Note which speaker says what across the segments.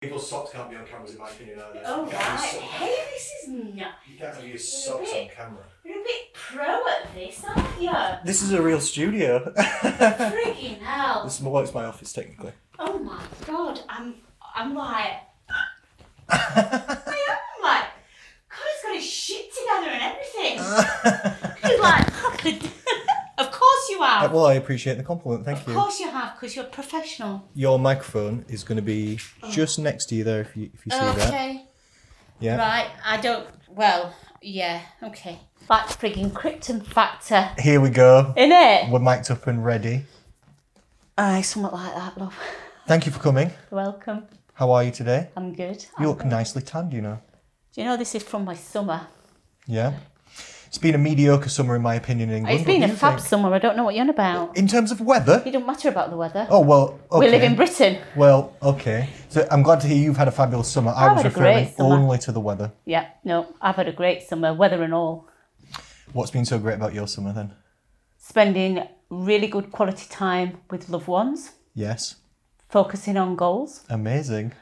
Speaker 1: People's socks can't be on cameras, in my opinion, either.
Speaker 2: Oh,
Speaker 1: you
Speaker 2: right.
Speaker 1: can't have your sock-
Speaker 2: Hey, this is nuts.
Speaker 1: you can't have your socks on camera.
Speaker 2: You're a bit pro at this, aren't you?
Speaker 3: This is a real studio. this
Speaker 2: Freaking hell.
Speaker 3: is more like my office, technically.
Speaker 2: Oh my god, I'm I'm like I am like God he's got his shit together and everything.
Speaker 3: Uh.
Speaker 2: He's like Of course you
Speaker 3: Uh,
Speaker 2: are.
Speaker 3: well, I appreciate the compliment. Thank
Speaker 2: Of
Speaker 3: you.
Speaker 2: course you have, because you're professional.
Speaker 3: Your microphone is going to be
Speaker 2: Oh.
Speaker 3: just next to you there if you, if you see that. Yeah.
Speaker 2: Right, I don't well, yeah, okay. That's frigging Krypton factor.
Speaker 3: Here we go.
Speaker 2: In it?
Speaker 3: We're mic'd up and ready.
Speaker 2: Aye, somewhat like that, love.
Speaker 3: Thank you for coming.
Speaker 2: Welcome.
Speaker 3: How are you today?
Speaker 2: I'm good.
Speaker 3: You look nicely tanned, you know.
Speaker 2: Do you know this is from my summer?
Speaker 3: Yeah. It's been a mediocre summer, in my opinion, in England.
Speaker 2: It's
Speaker 3: What
Speaker 2: been
Speaker 3: do
Speaker 2: a
Speaker 3: you
Speaker 2: fab
Speaker 3: think?
Speaker 2: summer. I don't know what you're on about.
Speaker 3: In terms of weather?
Speaker 2: It don't matter about the weather.
Speaker 3: Oh, well, okay.
Speaker 2: We live in Britain.
Speaker 3: Well, okay. So I'm glad to hear you've had a fabulous summer. I
Speaker 2: I've
Speaker 3: was
Speaker 2: had a great
Speaker 3: referring
Speaker 2: summer.
Speaker 3: only to the weather.
Speaker 2: Yeah, no, I've had a great summer, weather and all.
Speaker 3: What's been so great about your summer then?
Speaker 2: Spending really good quality time with loved ones,
Speaker 3: Yes.
Speaker 2: focusing on goals,
Speaker 3: Amazing.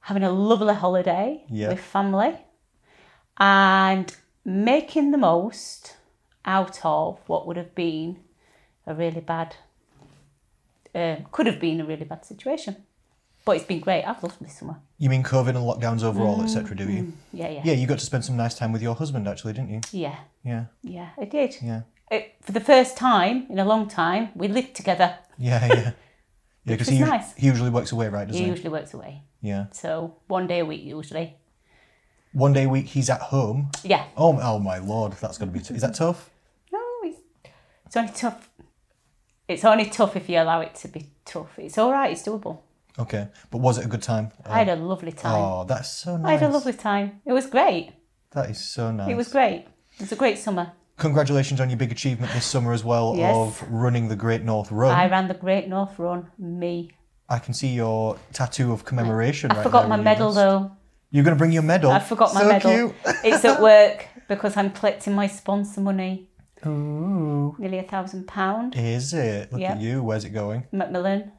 Speaker 2: having a lovely holiday
Speaker 3: Yeah.
Speaker 2: with family, and making the most out of what would have been a really bad, um, could have been a really bad situation. But it's been great. I've loved my summer.
Speaker 3: You mean COVID and lockdowns overall, etc., do you?
Speaker 2: Yeah, yeah,
Speaker 3: Yeah, you got to spend some nice time with your husband, actually, didn't you?
Speaker 2: yeah,
Speaker 3: Yeah,
Speaker 2: yeah. I did.
Speaker 3: yeah,
Speaker 2: it, for the first time in a long time, we lived together.
Speaker 3: yeah, yeah. Yeah,
Speaker 2: Which
Speaker 3: because
Speaker 2: was
Speaker 3: he, us-
Speaker 2: nice.
Speaker 3: he usually works away, right? Doesn't
Speaker 2: He
Speaker 3: he?
Speaker 2: usually works away,
Speaker 3: Yeah.
Speaker 2: so one day a week usually.
Speaker 3: One day a week, he's at home.
Speaker 2: Yeah.
Speaker 3: Oh, m- oh my lord, that's gonna be. T- is that tough?
Speaker 2: No, it's, it's only tough. It's only tough if you allow it to be tough. It's all right. It's doable.
Speaker 3: Okay, but was it a good time?
Speaker 2: I had a lovely time.
Speaker 3: Oh, that's so
Speaker 2: I
Speaker 3: nice.
Speaker 2: had a lovely time. It was great.
Speaker 3: That is so nice.
Speaker 2: It was great. It was a great summer.
Speaker 3: Congratulations on your big achievement this summer as well
Speaker 2: Yes.
Speaker 3: of running the Great North Run.
Speaker 2: I
Speaker 3: I,
Speaker 2: ran the Great North Run. Me.
Speaker 3: can see your tattoo of commemoration.
Speaker 2: I
Speaker 3: right
Speaker 2: forgot
Speaker 3: there
Speaker 2: my
Speaker 3: on your
Speaker 2: medal
Speaker 3: wrist.
Speaker 2: though.
Speaker 3: You're gonna bring your medal.
Speaker 2: I forgot my
Speaker 3: so
Speaker 2: medal.
Speaker 3: Cute.
Speaker 2: it's at work because I'm collecting my sponsor money,
Speaker 3: Ooh.
Speaker 2: nearly a thousand pound.
Speaker 3: Is it? Look
Speaker 2: Yeah.
Speaker 3: at you. Where's it going?
Speaker 2: Macmillan,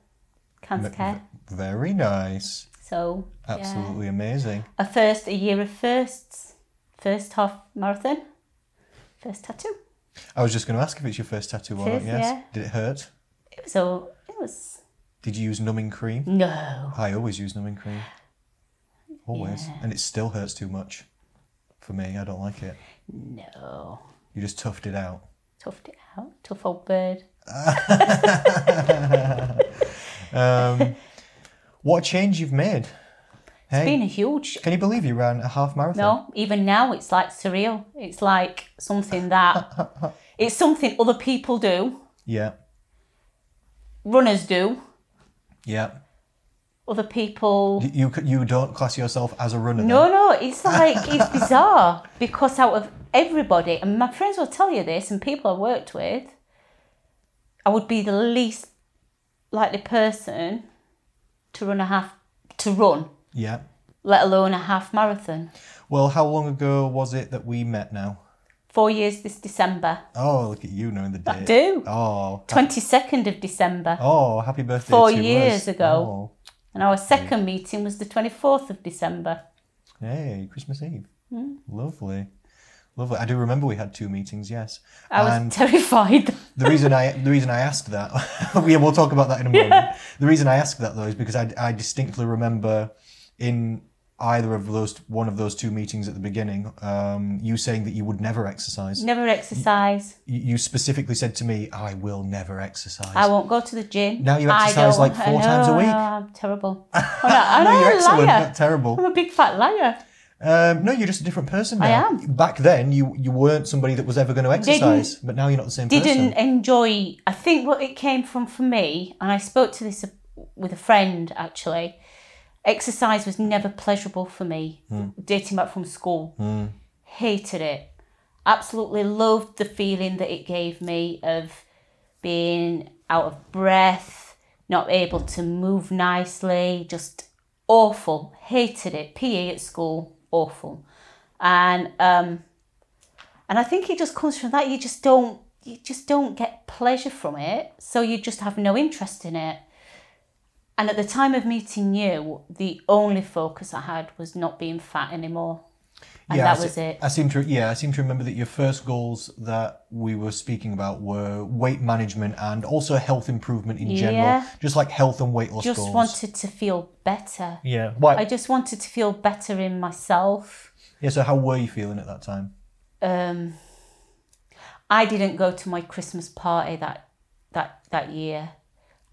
Speaker 2: cancer care.
Speaker 3: Very nice.
Speaker 2: So yeah.
Speaker 3: Absolutely amazing.
Speaker 2: a first, a year of firsts, first half marathon, first tattoo.
Speaker 3: I was just going to ask if it's your first tattoo or
Speaker 2: It
Speaker 3: not.
Speaker 2: is,
Speaker 3: Yes.
Speaker 2: yeah.
Speaker 3: Did it hurt?
Speaker 2: It was all. It was
Speaker 3: Did you use numbing cream?
Speaker 2: no.
Speaker 3: I always use numbing cream. Always.
Speaker 2: Yeah.
Speaker 3: And it still hurts too much. For me, I don't like it.
Speaker 2: No.
Speaker 3: You just toughed it out.
Speaker 2: Toughed it out. Tough old bird.
Speaker 3: Um, what a change you've made. Hey,
Speaker 2: It's been a huge.
Speaker 3: can you believe you ran a half marathon?
Speaker 2: No, even now it's like surreal. It's like something that. it's something other people do,
Speaker 3: Yeah.
Speaker 2: runners do,
Speaker 3: Yeah.
Speaker 2: other people.
Speaker 3: You, you c- you don't class yourself as a runner.
Speaker 2: No, no, it's like, it's bizarre because out of everybody, and my friends will tell you this, and people I worked with, I would be the least likely person to run a half, to run,
Speaker 3: Yeah.
Speaker 2: let alone a half marathon.
Speaker 3: Well, how long ago was it that we met now?
Speaker 2: Four years this December.
Speaker 3: Oh, look at you knowing the date.
Speaker 2: I do.
Speaker 3: Oh.
Speaker 2: 22nd of December.
Speaker 3: Oh, happy birthday
Speaker 2: Four
Speaker 3: to
Speaker 2: years
Speaker 3: us.
Speaker 2: ago.
Speaker 3: Oh.
Speaker 2: And our second meeting was the 24th of December.
Speaker 3: Hey, Christmas Eve.
Speaker 2: Hmm.
Speaker 3: Lovely. Lovely. I do remember we had two meetings, yes.
Speaker 2: I was
Speaker 3: and
Speaker 2: terrified.
Speaker 3: the reason I the reason I asked that yeah, we'll talk about that in a moment. The reason I asked that though is because I, I distinctly remember in either of those one of those two meetings at the beginning, um, you saying that you would never exercise.
Speaker 2: Never exercise.
Speaker 3: You, you specifically said to me, I will never exercise.
Speaker 2: I won't go to the gym.
Speaker 3: Now you
Speaker 2: I
Speaker 3: exercise,
Speaker 2: don't-
Speaker 3: like, four
Speaker 2: I
Speaker 3: times a
Speaker 2: know, I
Speaker 3: week.
Speaker 2: know, I'm terrible. I'm not- I'm
Speaker 3: no,
Speaker 2: not
Speaker 3: you're
Speaker 2: a
Speaker 3: excellent,
Speaker 2: liar.
Speaker 3: not terrible.
Speaker 2: I'm a big fat liar.
Speaker 3: Um, no, you're just a different person now.
Speaker 2: I am.
Speaker 3: Back then, you you weren't somebody that was ever going to exercise, but now you're not the same person.
Speaker 2: Didn't enjoy. I think what it came from for me, and I spoke to this uh, with a friend actually. Exercise was never pleasurable for me,
Speaker 3: Hmm.
Speaker 2: dating back from school. Hated it. Absolutely loved the feeling that it gave me of being out of breath, not able to move nicely, just awful. Hated it. PE at school, awful. And um, and I think it just comes from that. You just don't you just don't get pleasure from it, so you just have no interest in it. And at the time of meeting you, the only focus I had was not being fat anymore. And
Speaker 3: yeah,
Speaker 2: that
Speaker 3: I se-
Speaker 2: was it.
Speaker 3: I seem to yeah, I seem to remember that your first goals that we were speaking about were weight management and also health improvement in general,
Speaker 2: Yeah.
Speaker 3: just like health and weight loss
Speaker 2: Just
Speaker 3: goals.
Speaker 2: wanted to feel better.
Speaker 3: yeah. Why?
Speaker 2: I just wanted to feel better in myself.
Speaker 3: yeah. So how were you feeling at that time?
Speaker 2: um, I didn't go to my Christmas party that that that year.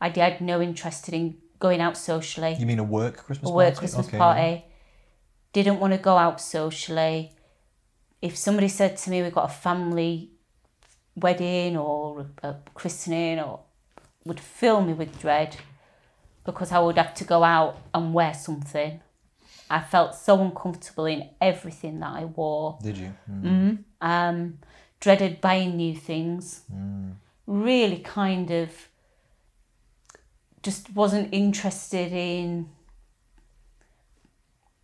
Speaker 2: I d- had no interest in going out socially.
Speaker 3: You mean a work Christmas
Speaker 2: A work
Speaker 3: party?
Speaker 2: Christmas
Speaker 3: Okay, yeah.
Speaker 2: party. Didn't want to go out socially. If somebody said to me, "We've got a family wedding or a, a christening," or would fill me with dread because I would have to go out and wear something. I felt so uncomfortable in everything that I wore
Speaker 3: Did you? Mm.
Speaker 2: um, dreaded buying new things. Really kind of just wasn't interested in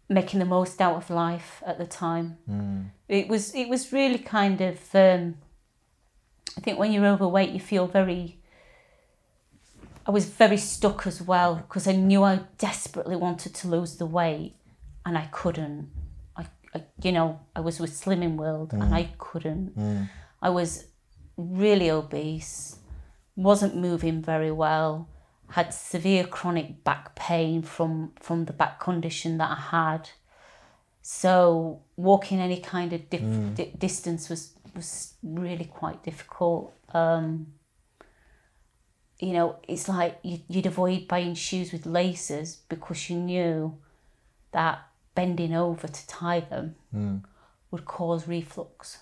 Speaker 2: making the most out of life at the time. It was it was really kind of um, I think when you're overweight you feel very I was very stuck as well because I knew I desperately wanted to lose the weight and I couldn't. I, I you know, I was with Slimming World and I couldn't. I was really obese, wasn't moving very well, had severe chronic back pain from from the back condition that I had. So walking any kind of dif- di- distance was was really quite difficult. Um, you know, it's like you, you'd avoid buying shoes with laces because you knew that bending over to tie them would cause reflux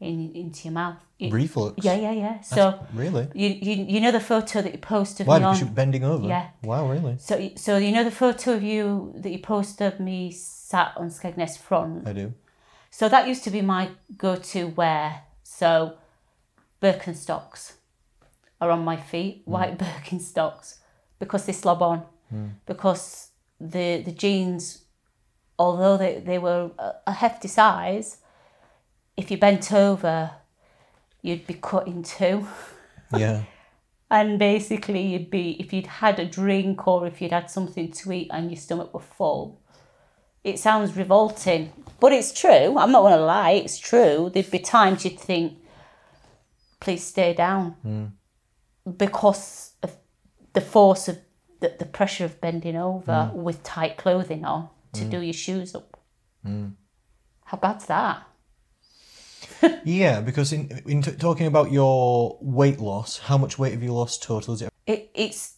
Speaker 2: in into your mouth. You-
Speaker 3: Reflux.
Speaker 2: Mm. yeah, yeah, yeah. So
Speaker 3: Really?
Speaker 2: you, you you know the photo that you post of
Speaker 3: Why?
Speaker 2: me on.
Speaker 3: Because you're bending over.
Speaker 2: Yeah.
Speaker 3: Wow. Really?
Speaker 2: So so you know the photo of you that you post of me sat on Skegness front.
Speaker 3: I do.
Speaker 2: So that used to be my go-to wear. So Birkenstocks are on my feet, white Birkenstocks, because they slob on. Because the the jeans, although they, they were a- a hefty size, if you bent over, you'd be cut in two.
Speaker 3: Yeah.
Speaker 2: And basically, you'd be if you'd had a drink or if you'd had something to eat and your stomach were full. It sounds revolting, but it's true. I'm not going to lie, it's true. There'd be times you'd think, please stay down because of the force of the, the pressure of bending over with tight clothing on to do your shoes up. How bad's that?
Speaker 3: yeah. Because in in t- talking about your weight loss, how much weight have you lost total? Is it
Speaker 2: it, it's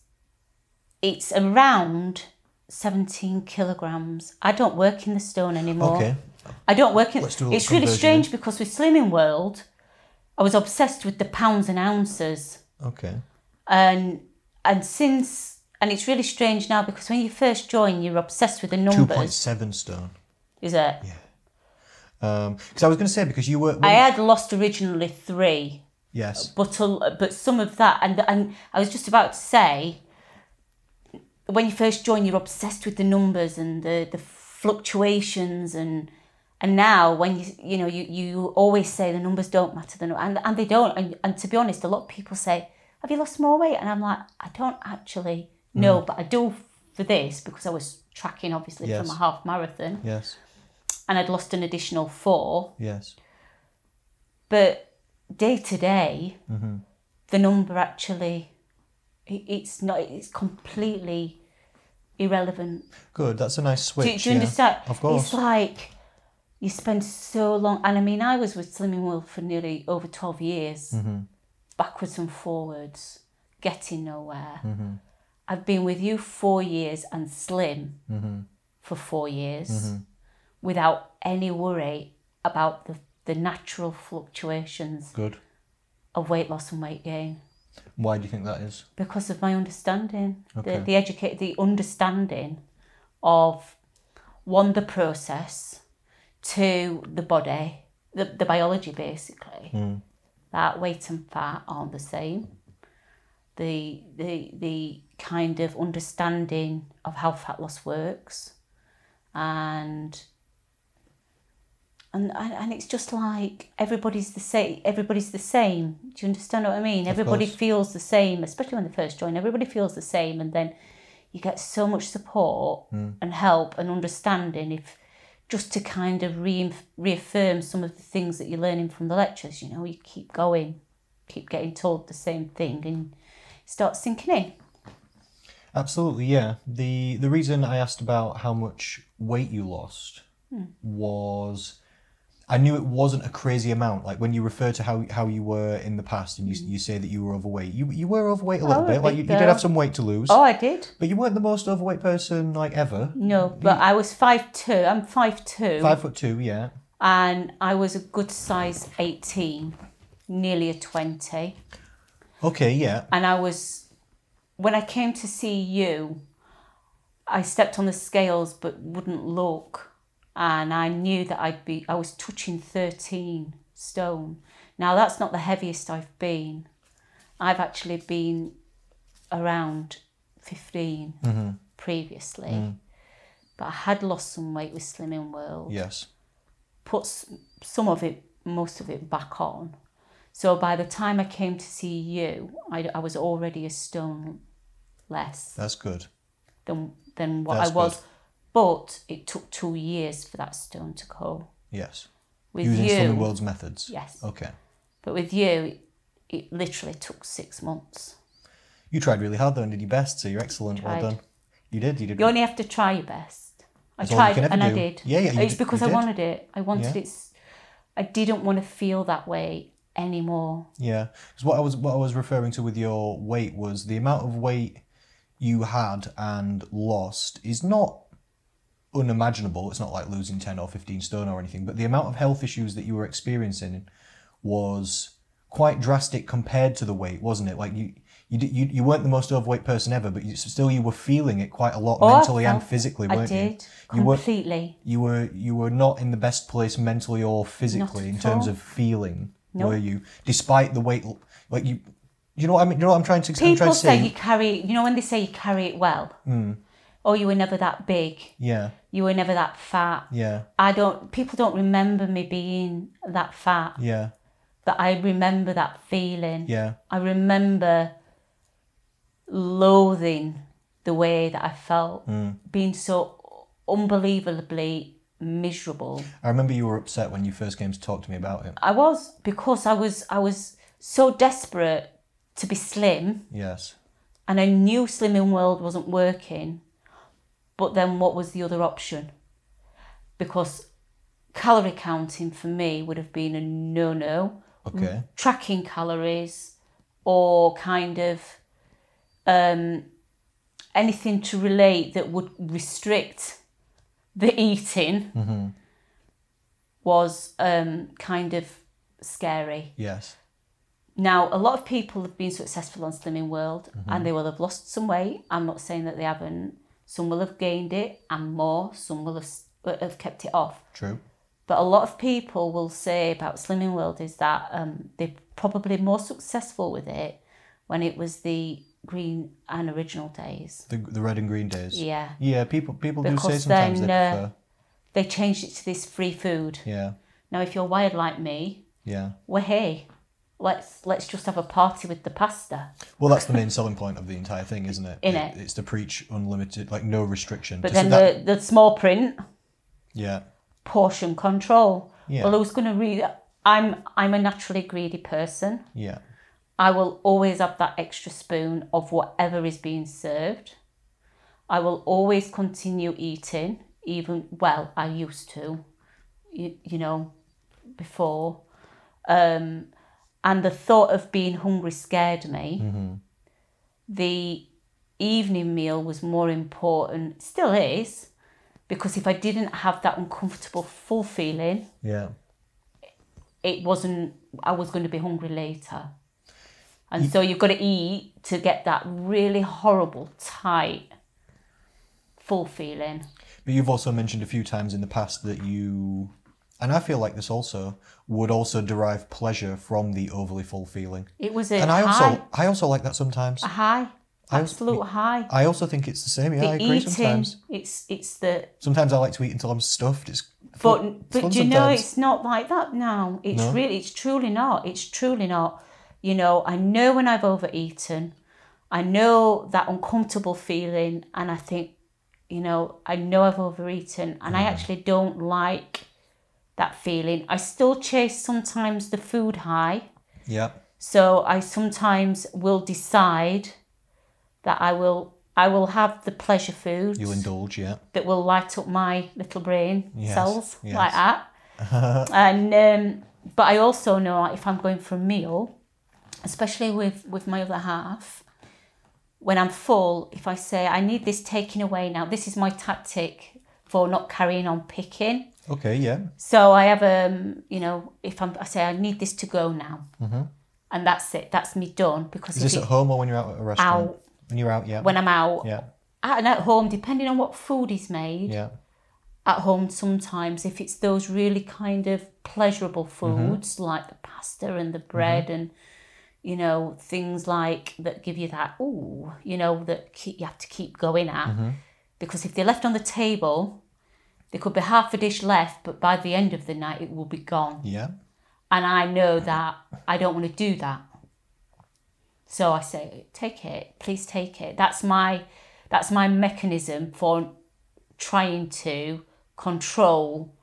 Speaker 2: it's around 17 kilograms i don't work in the stone anymore
Speaker 3: okay?
Speaker 2: i don't work in
Speaker 3: Let's do a
Speaker 2: it's really
Speaker 3: conversion
Speaker 2: strange because with slimming world i was obsessed with the pounds and ounces
Speaker 3: Okay.
Speaker 2: and and since and it's really strange now because when you first join you're obsessed with the
Speaker 3: Two
Speaker 2: numbers
Speaker 3: point seven stone.
Speaker 2: is it
Speaker 3: Um, because I was going to say because you were
Speaker 2: i had lost originally three
Speaker 3: yes
Speaker 2: but a- but some of that and and I was just about to say when you first join you're obsessed with the numbers and the the fluctuations and and now when you you know you you always say the numbers don't matter the nu- and and they don't and, and to be honest a lot of people say have you lost more weight and I'm like I don't actually know but I do for this because I was tracking obviously for
Speaker 3: Yes.
Speaker 2: my half marathon
Speaker 3: yes
Speaker 2: and I'd lost an additional 4
Speaker 3: yes
Speaker 2: but day to day
Speaker 3: Mm-hmm.
Speaker 2: the number actually i- it's not it's completely irrelevant
Speaker 3: good that's a nice switch
Speaker 2: do, do you
Speaker 3: yeah.
Speaker 2: understand
Speaker 3: of course
Speaker 2: it's like you spend so long and i mean i was with slimming world for nearly over 12 years
Speaker 3: Mm-hmm.
Speaker 2: backwards and forwards getting nowhere
Speaker 3: Mm-hmm.
Speaker 2: i've been with you four years and slim
Speaker 3: Mm-hmm.
Speaker 2: for four years without any worry about the, the natural fluctuations
Speaker 3: good
Speaker 2: of weight loss and weight gain
Speaker 3: why do you think that is
Speaker 2: because of my understanding
Speaker 3: Okay.
Speaker 2: the, the educate the understanding of one the process two the body the, the biology basically that weight and fat aren't the same the the the kind of understanding of how fat loss works and and and and it's just like everybody's the same. Everybody's the same. Do you understand what I mean? Everybody
Speaker 3: course.
Speaker 2: feels the same, especially when they first join. Everybody feels the same, and then you get so much support and help and understanding if just to kind of re- reaffirm some of the things that you're learning from the lectures. You know, you keep going, keep getting told the same thing, and start sinking in.
Speaker 3: Absolutely, yeah. The the reason I asked about how much weight you lost
Speaker 2: Hmm.
Speaker 3: was I knew it wasn't a crazy amount. Like when you refer to how, how you were in the past and you,
Speaker 2: Hmm.
Speaker 3: you say that you were overweight, you, you were overweight a little
Speaker 2: a
Speaker 3: bit. Like
Speaker 2: bit
Speaker 3: you, you
Speaker 2: though.
Speaker 3: did have some weight to lose,
Speaker 2: Oh, Hmm. I did.
Speaker 3: but you weren't the most overweight person like ever.
Speaker 2: No, but I was five two. I'm five two.
Speaker 3: Five foot two, yeah.
Speaker 2: and I was a good size 18, nearly a 20.
Speaker 3: Okay, yeah.
Speaker 2: And I was, when I came to see you, I stepped on the scales but wouldn't look. And I knew that I'd be, I was touching 13 stone. Now that's not the heaviest I've been. I've actually been around 15 previously. But I had lost some weight with Slimming World
Speaker 3: Yes.
Speaker 2: puts some of it, most of it back on. So by the time I came to see you, I, I was already a stone less
Speaker 3: That's good.
Speaker 2: than than what
Speaker 3: That's
Speaker 2: I was. But it took two years for that stone to go.
Speaker 3: Yes.
Speaker 2: With
Speaker 3: Using Oh. some
Speaker 2: you,
Speaker 3: of the world's methods.
Speaker 2: yes.
Speaker 3: Okay.
Speaker 2: But with you, it, it literally took six months.
Speaker 3: You tried really hard though and did your best, so you're excellent.
Speaker 2: Tried.
Speaker 3: Well done. You did, you did.
Speaker 2: You only have to try your best. I
Speaker 3: That's all you
Speaker 2: tried
Speaker 3: can ever
Speaker 2: and I
Speaker 3: do.
Speaker 2: did.
Speaker 3: Yeah, yeah, you
Speaker 2: It's
Speaker 3: d-
Speaker 2: because
Speaker 3: you
Speaker 2: I
Speaker 3: did.
Speaker 2: wanted it. I wanted
Speaker 3: Yeah.
Speaker 2: it. s- I didn't want to feel that way anymore.
Speaker 3: Yeah, because what I was what I was referring to with your weight was the amount of weight you had and lost is not unimaginable. It's not like losing ten or fifteen stone or anything, but the amount of health issues that you were experiencing was quite drastic compared to the weight, wasn't it? Like you. You, di- you, you weren't the most overweight person ever, but you, still you were feeling it quite a lot
Speaker 2: Oh, I
Speaker 3: mentally and
Speaker 2: felt-
Speaker 3: physically,
Speaker 2: I
Speaker 3: weren't you?
Speaker 2: did
Speaker 3: You were-
Speaker 2: completely.
Speaker 3: you were you were not in the best place mentally or physically in
Speaker 2: at
Speaker 3: terms
Speaker 2: all.
Speaker 3: of feeling
Speaker 2: No.
Speaker 3: were you despite the weight l- like you you know what I mean you know what I'm trying to I'm trying
Speaker 2: People
Speaker 3: to
Speaker 2: say
Speaker 3: say
Speaker 2: you carry, you know, when they say you carry it well, or you were never that big,
Speaker 3: yeah
Speaker 2: you were never that fat.
Speaker 3: yeah
Speaker 2: I don't, people don't remember me being that fat,
Speaker 3: yeah
Speaker 2: but I remember that feeling.
Speaker 3: yeah
Speaker 2: I remember loathing the way that I felt, being so unbelievably miserable.
Speaker 3: I remember you were upset when you first came to talk to me about it
Speaker 2: I was, because I was, I was so desperate to be slim.
Speaker 3: yes
Speaker 2: and I knew Slimming World wasn't working, but then what was the other option? Because calorie counting for me would have been a no no.
Speaker 3: okay
Speaker 2: Tracking calories or kind of um, anything to relate that would restrict the eating was um, kind of scary.
Speaker 3: yes
Speaker 2: Now, a lot of people have been successful on Slimming World and they will have lost some weight. I'm not saying that they haven't. Some will have gained it and more, some will have, s- uh, have kept it off.
Speaker 3: true
Speaker 2: But a lot of people will say about Slimming World is that um, they're probably more successful with it when it was the green and original days.
Speaker 3: the, the red and green days
Speaker 2: Yeah.
Speaker 3: yeah people people do say
Speaker 2: Because
Speaker 3: sometimes they
Speaker 2: then, uh,
Speaker 3: prefer
Speaker 2: They changed it to this free food.
Speaker 3: yeah
Speaker 2: Now, if you're wired like me,
Speaker 3: yeah
Speaker 2: well, hey, let's, let's just have a party with the pasta.
Speaker 3: well that's the main selling point of the entire thing isn't it,
Speaker 2: In it.
Speaker 3: it's to preach unlimited like no restriction
Speaker 2: But
Speaker 3: To-
Speaker 2: then
Speaker 3: that-
Speaker 2: the, the small print
Speaker 3: yeah
Speaker 2: portion control.
Speaker 3: Yeah.
Speaker 2: Well, who's going to read? I'm I'm a naturally greedy person.
Speaker 3: yeah
Speaker 2: I will always have that extra spoon of whatever is being served. I will always continue eating, even well, I used to, you, you know, before. Um, and the thought of being hungry scared me. The evening meal was more important, still is, because if I didn't have that uncomfortable full feeling,
Speaker 3: yeah
Speaker 2: it wasn't I was going to be hungry later. And so you've got to eat to get that really horrible, tight, full feeling.
Speaker 3: But you've also mentioned a few times in the past that you, and I feel like this also, would also derive pleasure from the overly full feeling.
Speaker 2: It was a
Speaker 3: And I
Speaker 2: high,
Speaker 3: also, I also like that sometimes.
Speaker 2: a high,
Speaker 3: I also-
Speaker 2: absolute high.
Speaker 3: I also think it's the same. Yeah, I
Speaker 2: the
Speaker 3: agree.
Speaker 2: eating,
Speaker 3: Sometimes,
Speaker 2: it's it's the
Speaker 3: sometimes I like to eat until I'm stuffed. It's
Speaker 2: But
Speaker 3: fun
Speaker 2: but do you know
Speaker 3: sometimes.
Speaker 2: it's not like that now. It's
Speaker 3: No?
Speaker 2: really it's truly not. It's truly not. You know, I know when I've overeaten, I know that uncomfortable feeling and I think, you know, I know I've overeaten and
Speaker 3: Mm.
Speaker 2: I actually don't like that feeling. I still chase sometimes the food high.
Speaker 3: Yeah.
Speaker 2: So I sometimes will decide that I will I will have the pleasure foods
Speaker 3: You indulge, yeah.
Speaker 2: that will light up my little brain
Speaker 3: Yes,
Speaker 2: cells
Speaker 3: yes.
Speaker 2: like that. and um, but I also know like, if I'm going for a meal, especially with with my other half, when I'm full, if I say I need this taken away now, this is my tactic for not carrying on picking.
Speaker 3: Okay, yeah.
Speaker 2: So I have um, you know, if I'm, I say I need this to go now, and that's it, that's me done because
Speaker 3: Mm-hmm. Is
Speaker 2: if
Speaker 3: this
Speaker 2: it-
Speaker 3: at home or when you're out at a restaurant?
Speaker 2: Out.
Speaker 3: When you're out, yeah.
Speaker 2: when I'm out,
Speaker 3: yeah,
Speaker 2: out and at home, depending on what food is made,
Speaker 3: yeah.
Speaker 2: at home sometimes if it's those really kind of pleasurable foods like the pasta and the bread and you know things like that give you that ooh you know that keep, you have to keep going at because if they're left on the table there could be half a dish left but by the end of the night it will be gone
Speaker 3: Yeah.
Speaker 2: and I know that I don't want to do that so I say take it please take it that's my that's my mechanism for trying to control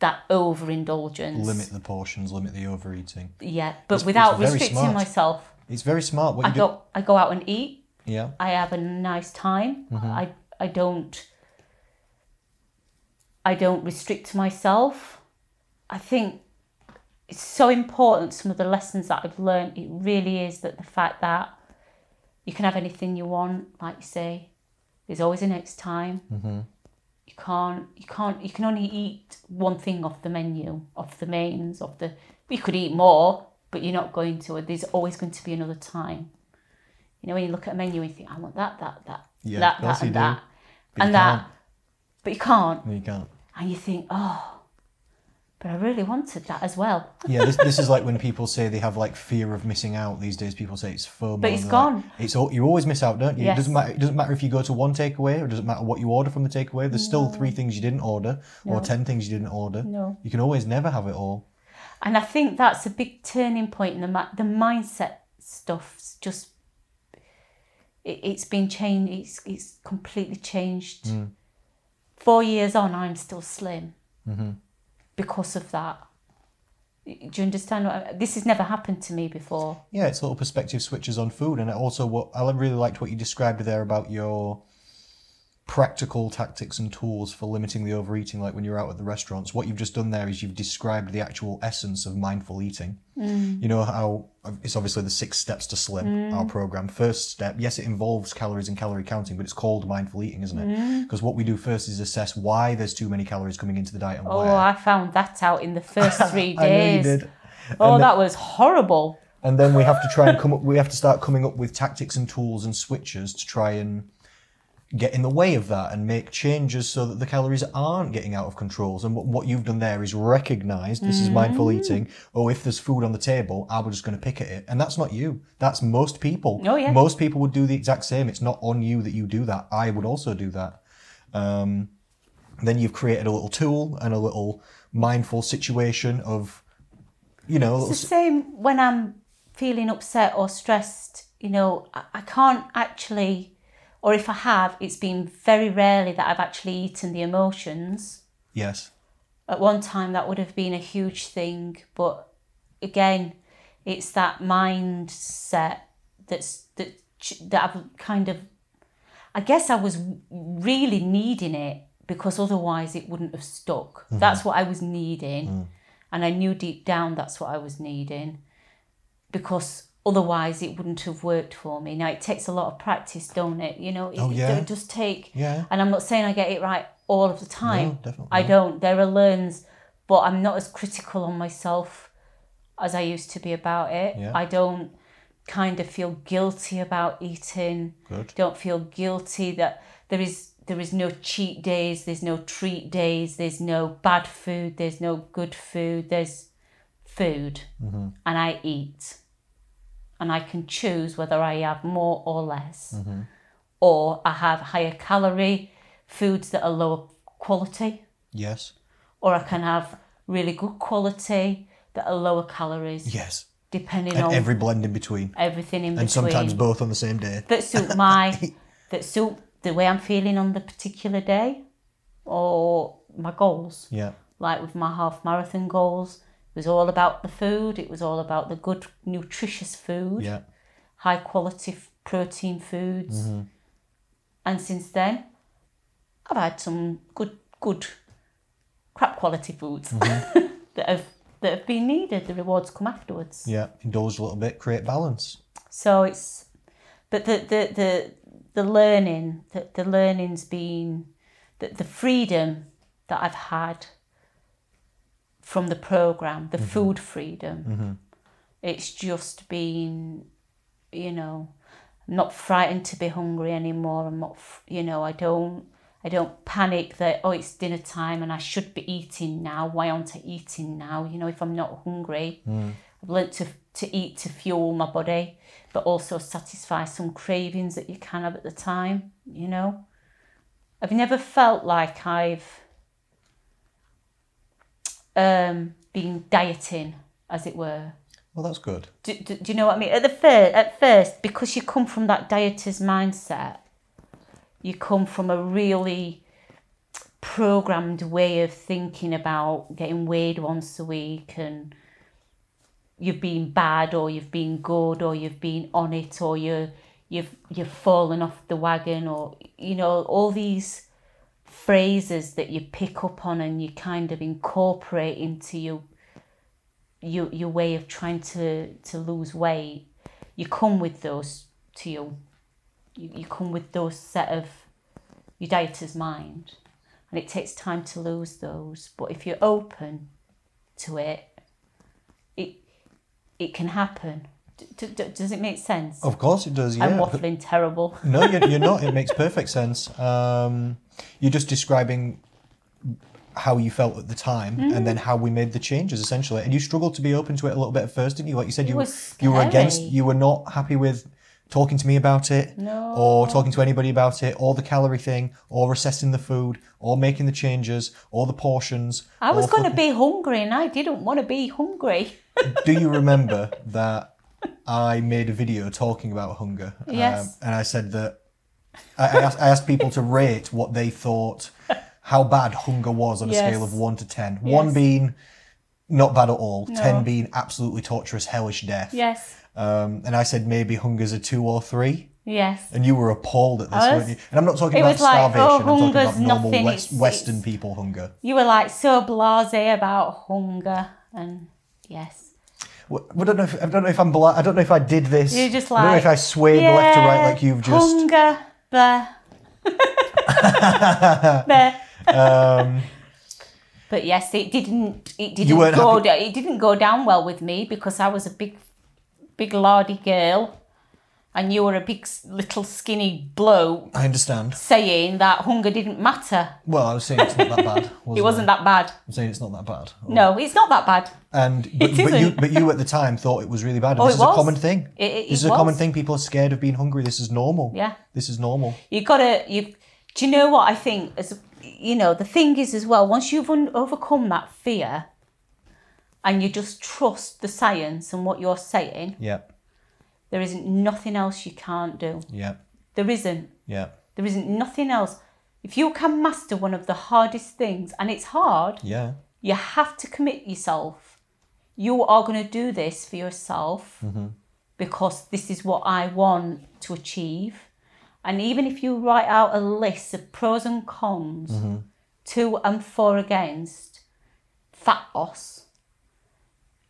Speaker 2: that overindulgence.
Speaker 3: Limit the portions, limit the overeating.
Speaker 2: Yeah, but
Speaker 3: it's
Speaker 2: without
Speaker 3: very
Speaker 2: restricting
Speaker 3: smart.
Speaker 2: myself,
Speaker 3: It's very smart what
Speaker 2: I
Speaker 3: you do.
Speaker 2: go I go out and eat.
Speaker 3: Yeah.
Speaker 2: I have a nice time.
Speaker 3: Mm-hmm.
Speaker 2: I I don't I don't restrict myself. I think it's so important some of the lessons that I've learned it really is that the fact that you can have anything you want like you say there's always a next time.
Speaker 3: Mm-hmm.
Speaker 2: You can't you can't you can only eat one thing off the menu, off the mains, off the you could eat more, but you're not going to. There's always going to be another time. You know, when you look at a menu and you think, I want that, that, that,
Speaker 3: Yeah, of
Speaker 2: that,
Speaker 3: course
Speaker 2: that, and
Speaker 3: you do.
Speaker 2: that,
Speaker 3: But you
Speaker 2: and that,
Speaker 3: can't.
Speaker 2: but you can't.
Speaker 3: No, you can't.
Speaker 2: And you think, oh, but I really wanted that as well.
Speaker 3: Yeah, this, this is like when people say they have like fear of missing out. These days, people say it's FOMO.
Speaker 2: But it's
Speaker 3: and they're like-
Speaker 2: gone.
Speaker 3: it's all, you always miss out, don't you? It
Speaker 2: Yes.
Speaker 3: doesn't matter. It doesn't matter if you go to one takeaway, or it doesn't matter what you order from the takeaway. There's still three things you didn't order, or ten things you didn't order.
Speaker 2: No.
Speaker 3: you can always never have it all.
Speaker 2: And I think that's a big turning point in the ma- the mindset stuff's just it, it's been changed. It's it's completely changed.
Speaker 3: Hmm.
Speaker 2: Four years on, I'm still slim
Speaker 3: Mm-hmm.
Speaker 2: because of that. Do you understand? What I, this has never happened to me before.
Speaker 3: Yeah, it's little perspective switches on food, and also what I really liked what you described there about your practical tactics and tools for limiting the overeating. Like when you're out at the restaurants, what you've just done there is you've described the actual essence of mindful eating.
Speaker 2: Mm.
Speaker 3: You know how it's obviously the six steps to slim, our program. First step, yes, it involves calories and calorie counting, but it's called mindful eating, isn't
Speaker 2: Mm.
Speaker 3: it? Because what we do first is assess why there's too many calories coming into the diet and
Speaker 2: Oh,
Speaker 3: where.
Speaker 2: I found that out in the first three
Speaker 3: I know you
Speaker 2: days.
Speaker 3: did.
Speaker 2: Oh, that was horrible.
Speaker 3: and then we have to try and come up we have to start coming up with tactics and tools and switches to try and get in the way of that and make changes so that the calories aren't getting out of controls and what, what you've done there is recognized this is
Speaker 2: Mm.
Speaker 3: mindful eating oh if there's food on the table i'm just going to pick at it and that's not you that's most people
Speaker 2: Oh, yeah.
Speaker 3: most people would do the exact same it's not on you that you do that i would also do that um, then you've created a little tool and a little mindful situation of you know a little
Speaker 2: It's the same when I'm feeling upset or stressed. You know, I, I can't actually, or if I have, it's been very rarely that I've actually eaten the emotions.
Speaker 3: yes
Speaker 2: At one time, that would have been a huge thing, but again, it's that mindset that's that ch- that I've kind of. I guess I was really needing it because otherwise it wouldn't have stuck.
Speaker 3: Mm-hmm.
Speaker 2: That's what I was needing.
Speaker 3: Mm.
Speaker 2: And I knew deep down that's what I was needing because otherwise it wouldn't have worked for me. Now it takes a lot of practice, don't it? You know, it,
Speaker 3: Oh,
Speaker 2: it
Speaker 3: yeah.
Speaker 2: don't just take.
Speaker 3: Yeah.
Speaker 2: And I'm not saying I get it right all of the time.
Speaker 3: definitely
Speaker 2: I
Speaker 3: not.
Speaker 2: don't. There are learns, but I'm not as critical on myself as I used to be about it.
Speaker 3: Yeah.
Speaker 2: I don't kind of feel guilty about eating.
Speaker 3: Good.
Speaker 2: Don't feel guilty that there is there is no cheat days, there's no treat days, there's no bad food, there's no good food, there's food.
Speaker 3: Mm-hmm.
Speaker 2: And I eat. And I can choose whether I have more or less. Or I have higher calorie foods that are lower quality
Speaker 3: yes
Speaker 2: or I can have really good quality that are lower calories,
Speaker 3: Yes.
Speaker 2: depending
Speaker 3: And
Speaker 2: on
Speaker 3: every blend in between.
Speaker 2: everything in
Speaker 3: And
Speaker 2: between
Speaker 3: sometimes both on the same day.
Speaker 2: that suit my that suit the way I'm feeling on the particular day or my goals.
Speaker 3: Yeah.
Speaker 2: Like with my half marathon goals, it was all about the food. It was all about the good nutritious food,
Speaker 3: Yeah.
Speaker 2: high quality f- protein foods. And since then, I've had some good good crap quality foods that have that have been needed. The rewards come afterwards.
Speaker 3: Yeah. Indulge a little bit, create balance.
Speaker 2: So it's, but the the the the learning that the learning's been, that the freedom that I've had from the program, the food freedom. It's just been, you know, I'm not frightened to be hungry anymore. I'm not, f- you know, I don't. I don't panic that oh it's dinner time and I should be eating now. Why aren't I eating now? You know if I'm not hungry, I've learnt to to eat to fuel my body, but also satisfy some cravings that you can have at the time. You know, I've never felt like I've um, been dieting, as it were.
Speaker 3: Well, that's good.
Speaker 2: Do, do, do you know what I mean? At the first, at first, because you come from that dieter's mindset, you come from a really programmed way of thinking about getting weighed once a week and you've been bad or you've been good or you've been on it or you you've you've fallen off the wagon or you know all these phrases that you pick up on and you kind of incorporate into your your your way of trying to to lose weight you come with those to you you, you come with those set of your dieter's mind and it takes time to lose those but if you're open to it it it can happen D- d- d- does it make sense
Speaker 3: Of course it does. Oh, Yeah.
Speaker 2: i'm waffling terrible
Speaker 3: no, you're, you're not. It makes perfect sense. Um, you're just describing how you felt at the time
Speaker 2: Mm-hmm.
Speaker 3: and then how we made the changes essentially. And you struggled to be open to it a little bit at first, didn't you? Like you said, you were
Speaker 2: was
Speaker 3: you were against.
Speaker 2: scary.
Speaker 3: You were not happy with talking to me about it,
Speaker 2: No.
Speaker 3: or talking to anybody about it, or the calorie thing, or assessing the food, or making the changes, or the portions.
Speaker 2: i was
Speaker 3: or
Speaker 2: going to be hungry and i didn't want to be hungry
Speaker 3: do you remember that I made a video talking about hunger? Um,
Speaker 2: Yes.
Speaker 3: and I said that I, I, asked, I asked people to rate what they thought how bad hunger was on a scale of
Speaker 2: Yes.
Speaker 3: one to ten.
Speaker 2: Yes.
Speaker 3: One being not bad at all,
Speaker 2: No.
Speaker 3: ten being absolutely torturous, hellish death.
Speaker 2: yes
Speaker 3: Um, and I said maybe hunger's a two or three.
Speaker 2: yes
Speaker 3: And you were appalled at this,
Speaker 2: I was-
Speaker 3: weren't you? And I'm not talking
Speaker 2: it
Speaker 3: about
Speaker 2: was like, oh,
Speaker 3: starvation. I'm talking about
Speaker 2: hunger's
Speaker 3: normal
Speaker 2: nothing,
Speaker 3: West,
Speaker 2: it's- it's-
Speaker 3: Western people hunger.
Speaker 2: you were like so blasé about hunger and yes
Speaker 3: Well, I don't know. If, I don't know if I'm. Bla- I don't know if I did this.
Speaker 2: You're just
Speaker 3: I don't know
Speaker 2: like,
Speaker 3: if I swayed left to right
Speaker 2: yeah,
Speaker 3: like you've just.
Speaker 2: hunger there there
Speaker 3: Um,
Speaker 2: but yes it didn't it didn't
Speaker 3: You weren't
Speaker 2: go
Speaker 3: happy-
Speaker 2: da- it didn't go down well with me because i was a big big lardy girl and you were a big s- little skinny bloke
Speaker 3: I understand.
Speaker 2: saying that hunger didn't matter
Speaker 3: Well, I was saying it's not that bad. Wasn't
Speaker 2: it wasn't that bad
Speaker 3: I'm saying it's not that bad.
Speaker 2: no it's not that bad
Speaker 3: And but,
Speaker 2: It
Speaker 3: but you
Speaker 2: isn't.
Speaker 3: but you at the time thought it was really bad. And
Speaker 2: Oh,
Speaker 3: this is
Speaker 2: it
Speaker 3: a
Speaker 2: was.
Speaker 3: common thing.
Speaker 2: It- it-
Speaker 3: this is
Speaker 2: it
Speaker 3: a common
Speaker 2: was.
Speaker 3: thing. People are scared of being hungry. This is normal.
Speaker 2: Yeah.
Speaker 3: This is normal.
Speaker 2: you gotta you do you know what i think as you know the thing is as well once you've un- overcome that fear and you just trust the science and what you're saying
Speaker 3: Yeah.
Speaker 2: there isn't nothing else you can't do
Speaker 3: Yeah.
Speaker 2: there isn't
Speaker 3: Yeah.
Speaker 2: there isn't nothing else if you can master one of the hardest things and it's hard
Speaker 3: Yeah.
Speaker 2: you have to commit yourself you are going to do this for yourself
Speaker 3: Mm-hmm.
Speaker 2: because this is what i want to achieve and even if you write out a list of pros and cons
Speaker 3: Mm-hmm.
Speaker 2: to and for against fat loss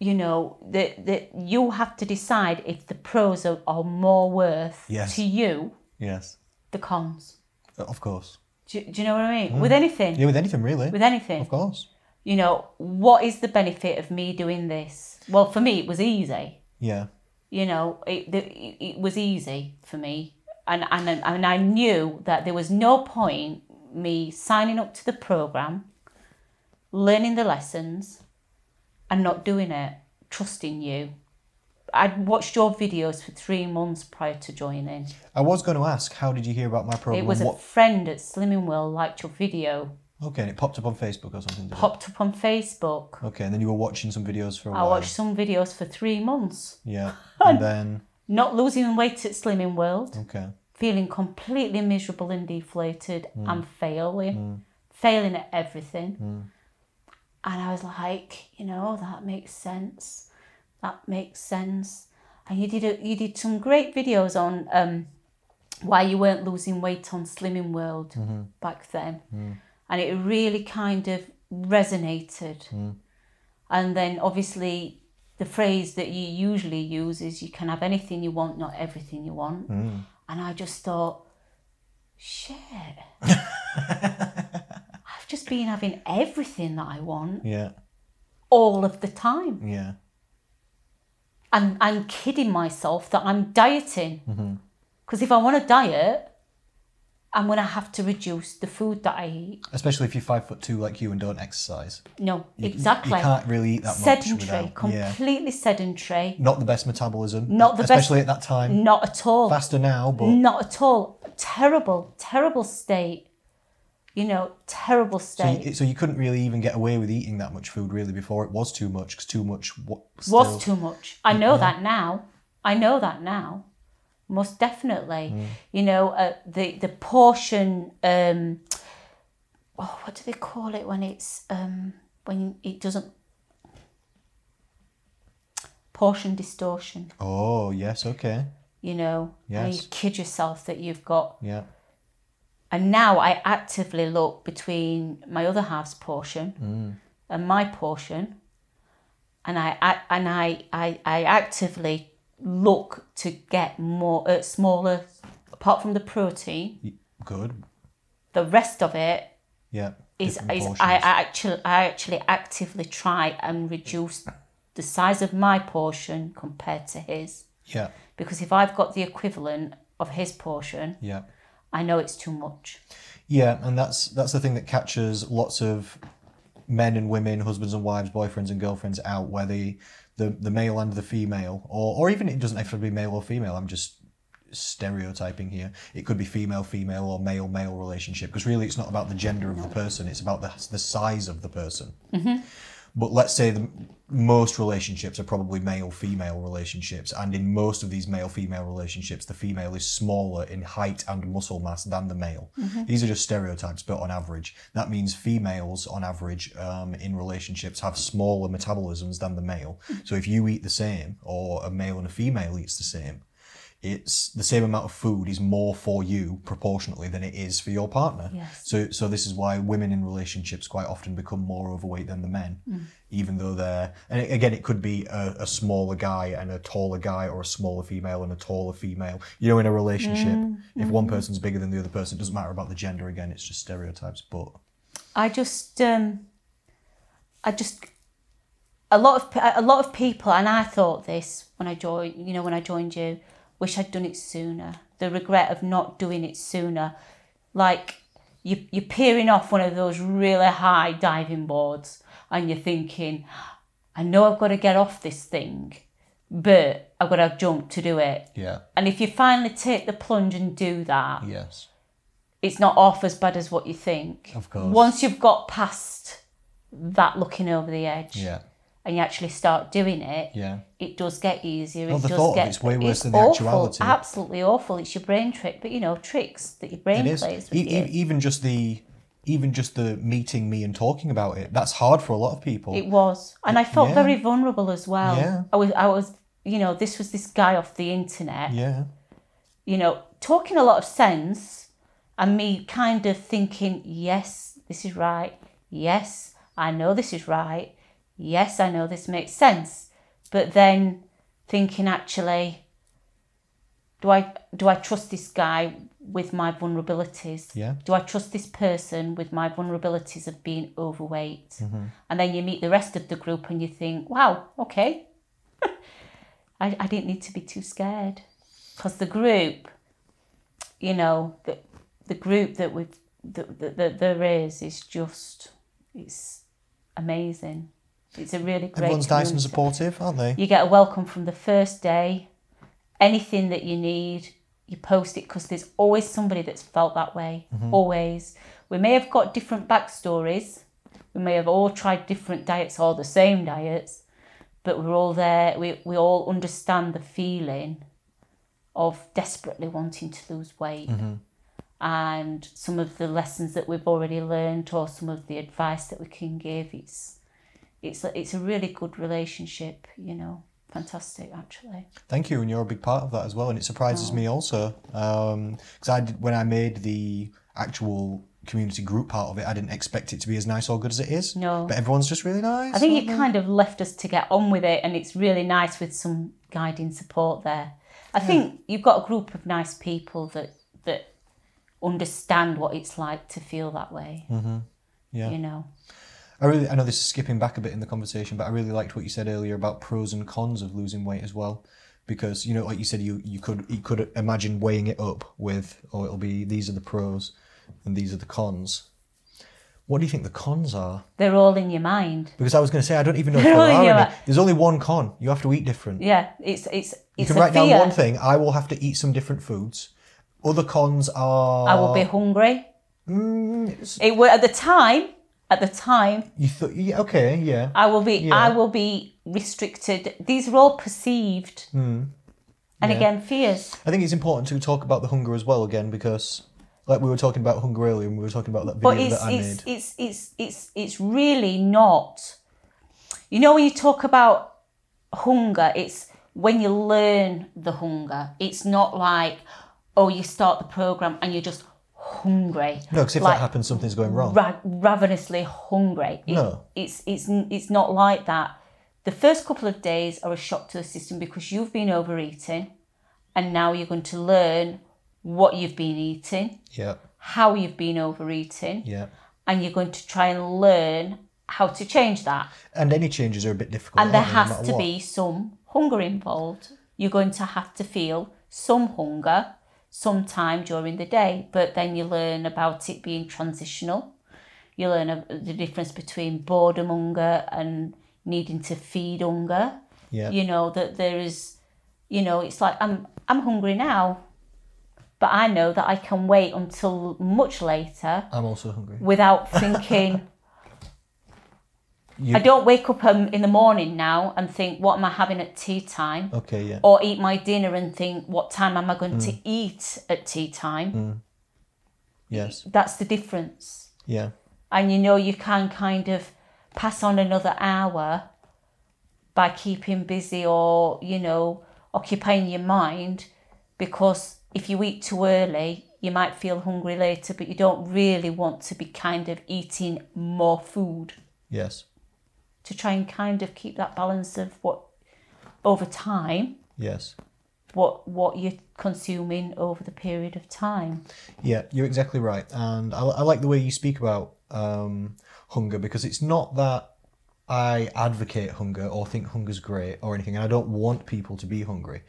Speaker 2: you know that that you have to decide if the pros are, are more worth
Speaker 3: Yes.
Speaker 2: to you
Speaker 3: Yes.
Speaker 2: the cons
Speaker 3: Of course.
Speaker 2: do, do you know what i mean with anything
Speaker 3: Yeah. With anything really.
Speaker 2: with anything
Speaker 3: Mm. of course.
Speaker 2: you know, what is the benefit of me doing this? Well, for me, it was easy.
Speaker 3: Yeah.
Speaker 2: You know, it the, it, it was easy for me, and and and I knew that there was no point me signing up to the program, learning the lessons, and not doing it, trusting you. I'd watched your videos for three months prior to joining.
Speaker 3: I was going to ask, how did you hear about my program?
Speaker 2: It was a
Speaker 3: what
Speaker 2: friend at Slimming World liked your video
Speaker 3: Okay, and it popped up on Facebook or something. did it?
Speaker 2: Popped up on Facebook.
Speaker 3: Okay, and then you were watching some videos for a
Speaker 2: I
Speaker 3: while.
Speaker 2: watched some videos for three months.
Speaker 3: Yeah, and then
Speaker 2: Not losing weight at Slimming World.
Speaker 3: okay,
Speaker 2: feeling completely miserable and deflated and failing, failing at everything. And I was like, you know, that makes sense. That makes sense. And you did a, you did some great videos on um, why you weren't losing weight on Slimming World back then, and it really kind of resonated. And then obviously. The phrase that you usually use is you can have anything you want, not everything you want. And I just thought, shit. I've just been having everything that I want
Speaker 3: yeah,
Speaker 2: all of the time.
Speaker 3: yeah,
Speaker 2: And I'm kidding myself that I'm dieting.
Speaker 3: Mm-hmm.
Speaker 2: Because if I want to diet, I'm going to have to reduce the food that I eat.
Speaker 3: especially if you're five foot two like you and don't exercise.
Speaker 2: No,
Speaker 3: You-
Speaker 2: exactly.
Speaker 3: You can't really eat that much
Speaker 2: sedentary,
Speaker 3: without. Yeah,
Speaker 2: completely sedentary.
Speaker 3: not the best metabolism.
Speaker 2: Not the best-
Speaker 3: especially at that time.
Speaker 2: Not at all.
Speaker 3: Faster now, but
Speaker 2: Not at all. Terrible, terrible state. You know, terrible
Speaker 3: so
Speaker 2: state.
Speaker 3: you, so you couldn't really even get away with eating that much food really before it was too much because too much what
Speaker 2: was too much. I know that now. I know that now. Most definitely. You know, uh, the the portion. Um, oh, what do they call it when it's um, when it doesn't portion distortion?
Speaker 3: Oh yes, okay,
Speaker 2: You know, and you
Speaker 3: Yes.
Speaker 2: kid yourself that you've got
Speaker 3: yeah,
Speaker 2: and now I actively look between my other half's portion
Speaker 3: Mm.
Speaker 2: and my portion, and I ac- and I, I I actively look to get more uh, smaller. Apart from the protein,
Speaker 3: Y- good,
Speaker 2: the rest of it
Speaker 3: yeah.
Speaker 2: is,
Speaker 3: different
Speaker 2: is I,
Speaker 3: portions.
Speaker 2: I actually I actually actively try and reduce the size of my portion compared to his
Speaker 3: yeah,
Speaker 2: because if I've got the equivalent of his portion,
Speaker 3: yeah.
Speaker 2: I know it's too much.
Speaker 3: Yeah, and that's that's the thing that catches lots of men and women, husbands and wives, boyfriends and girlfriends out, where the the, the male and the female, or or even it doesn't have to be male or female. I'm just stereotyping here. It could be female female or male male relationship because really it's not about the gender of the person. It's about the the size of the person. But let's say the most relationships are probably male female relationships, and in most of these male female relationships, the female is smaller in height and muscle mass than the male. These are just stereotypes, but on average, that means females on average um, in relationships have smaller metabolisms than the male. So if you eat the same, or a male and a female eats the same, it's the same amount of food is more for you proportionately than it is for your partner.
Speaker 2: Yes.
Speaker 3: So so this is why women in relationships quite often become more overweight than the men,
Speaker 2: Mm.
Speaker 3: even though they're and again it could be a, a smaller guy and a taller guy or a smaller female and a taller female. You know, in a relationship,
Speaker 2: Mm,
Speaker 3: if
Speaker 2: mm-hmm.
Speaker 3: one person's bigger than the other person, it doesn't matter about the gender. Again, it's just stereotypes. But
Speaker 2: I just, um, I just, a lot of pe- a lot of people, and I thought this when I joined, you know, when I joined you, wish I'd done it sooner. The regret of not doing it sooner, like you, you're peering off one of those really high diving boards, and you're thinking, I know I've got to get off this thing, but I've got to jump to do it.
Speaker 3: yeah,
Speaker 2: And if you finally take the plunge and do that,
Speaker 3: yes,
Speaker 2: it's not off as bad as what you think.
Speaker 3: Of course.
Speaker 2: Once you've got past that looking over the edge
Speaker 3: yeah,
Speaker 2: and you actually start doing it,
Speaker 3: yeah,
Speaker 2: it does get easier.
Speaker 3: Well,
Speaker 2: it
Speaker 3: the
Speaker 2: does
Speaker 3: thought of
Speaker 2: get,
Speaker 3: it's way worse than the
Speaker 2: awful,
Speaker 3: actuality.
Speaker 2: Absolutely awful. It's your brain trick, but you know, tricks that your brain
Speaker 3: it is.
Speaker 2: plays
Speaker 3: E-
Speaker 2: with you.
Speaker 3: e- even just the even just the meeting me and talking about it that's hard for a lot of people.
Speaker 2: It was, and I felt
Speaker 3: Yeah.
Speaker 2: very vulnerable as well.
Speaker 3: Yeah.
Speaker 2: I was, I was, you know, this was this guy off the internet.
Speaker 3: yeah,
Speaker 2: you know, talking a lot of sense and me kind of thinking, yes, this is right. Yes, I know this is right. Yes, I know this makes sense. But then thinking, actually, do I do I trust this guy with my vulnerabilities?
Speaker 3: Yeah.
Speaker 2: Do I trust this person with my vulnerabilities of being overweight? And then you meet the rest of the group and you think, wow, okay, I, I didn't need to be too scared because the group, you know, the the group that we've that, that, that there is is just it's amazing. It's a really great.
Speaker 3: everyone's nice and
Speaker 2: community.
Speaker 3: supportive, aren't they?
Speaker 2: You get a welcome from the first day. Anything that you need, you post it because there's always somebody that's felt that way. Always. We may have got different backstories. We may have all tried different diets or the same diets, but we're all there. We, we all understand the feeling of desperately wanting to lose weight and some of the lessons that we've already learned or some of the advice that we can give. It's, it's, a- it's a really good relationship, you know. Fantastic, actually.
Speaker 3: Thank you, and you're a big part of that as well. And it
Speaker 2: Oh.
Speaker 3: surprises me also because I did, when I made the actual community group part of it, I didn't expect it to be as nice or good as it is.
Speaker 2: No.
Speaker 3: but everyone's just really nice.
Speaker 2: I think
Speaker 3: aren't
Speaker 2: it
Speaker 3: they?
Speaker 2: kind of left us to get on with it, and it's really nice with some guiding support there. I think you've got a group of nice people that that understand what it's like to feel that way. Mm-hmm.
Speaker 3: Yeah.
Speaker 2: you know,
Speaker 3: I really, I know this is skipping back a bit in the conversation, but I really liked what you said earlier about pros and cons of losing weight as well, because you know, like you said, you you could you could imagine weighing it up with, oh, it'll be these are the pros, and these are the cons. What do you think the cons are?
Speaker 2: they're all in your mind.
Speaker 3: Because I was going to say I don't even know if
Speaker 2: They're
Speaker 3: there
Speaker 2: all in
Speaker 3: are
Speaker 2: your
Speaker 3: any.
Speaker 2: mi-
Speaker 3: There's only one con. You have to eat different.
Speaker 2: Yeah, it's it's
Speaker 3: you
Speaker 2: it's
Speaker 3: can
Speaker 2: a
Speaker 3: write
Speaker 2: fear.
Speaker 3: down one thing. I will have to eat some different foods. Other cons are
Speaker 2: I will be hungry.
Speaker 3: Mm,
Speaker 2: It were at the time. At the time,
Speaker 3: you thought yeah, okay yeah
Speaker 2: I will be.
Speaker 3: Yeah.
Speaker 2: I will be restricted. These are all perceived, and
Speaker 3: Hmm. yeah.
Speaker 2: again, fears.
Speaker 3: I think it's important to talk about the hunger as well again because, like we were talking about hunger earlier, and we were talking about that video
Speaker 2: but it's
Speaker 3: that I
Speaker 2: it's,
Speaker 3: made.
Speaker 2: it's it's it's it's really not you know when you talk about hunger it's when you learn the hunger it's not like oh you start the program and you're just hungry
Speaker 3: No, because if
Speaker 2: like-
Speaker 3: that happens, something's going wrong.
Speaker 2: ra- ravenously hungry It-
Speaker 3: Oh. No.
Speaker 2: it's it's n- it's not like that the first couple of days are a shock to the system because you've been overeating and now you're going to learn what you've been eating
Speaker 3: Yeah,
Speaker 2: how you've been overeating
Speaker 3: yeah.
Speaker 2: and you're going to try and learn how to change that.
Speaker 3: And any changes are a bit difficult.
Speaker 2: And there
Speaker 3: aren't they, no
Speaker 2: has
Speaker 3: matter
Speaker 2: to
Speaker 3: what?
Speaker 2: be some hunger involved. You're going to have to feel some hunger sometime during the day, but then you learn about it being transitional. You learn of- the difference between boredom hunger and needing to feed hunger.
Speaker 3: Yeah.
Speaker 2: You know that there is, you know, it's like I'm I'm hungry now, but I know that I can wait until much later
Speaker 3: I'm also hungry.
Speaker 2: without thinking.
Speaker 3: You-
Speaker 2: I don't wake up um, in the morning now and think, what am I having at tea time?
Speaker 3: Okay, yeah.
Speaker 2: Or eat my dinner and think, what time am I going to eat at tea time?
Speaker 3: Yes.
Speaker 2: That's the difference.
Speaker 3: Yeah.
Speaker 2: And you know, you can kind of pass on another hour by keeping busy or, you know, occupying your mind because if you eat too early, you might feel hungry later, but you don't really want to be kind of eating more food.
Speaker 3: Yes.
Speaker 2: to try and kind of keep that balance of what over time
Speaker 3: Yes.
Speaker 2: what what you're consuming over the period of time
Speaker 3: Yeah, you're exactly right, and I, I like the way you speak about um, hunger because it's not that I advocate hunger or think hunger's great or anything, and I don't want people to be hungry.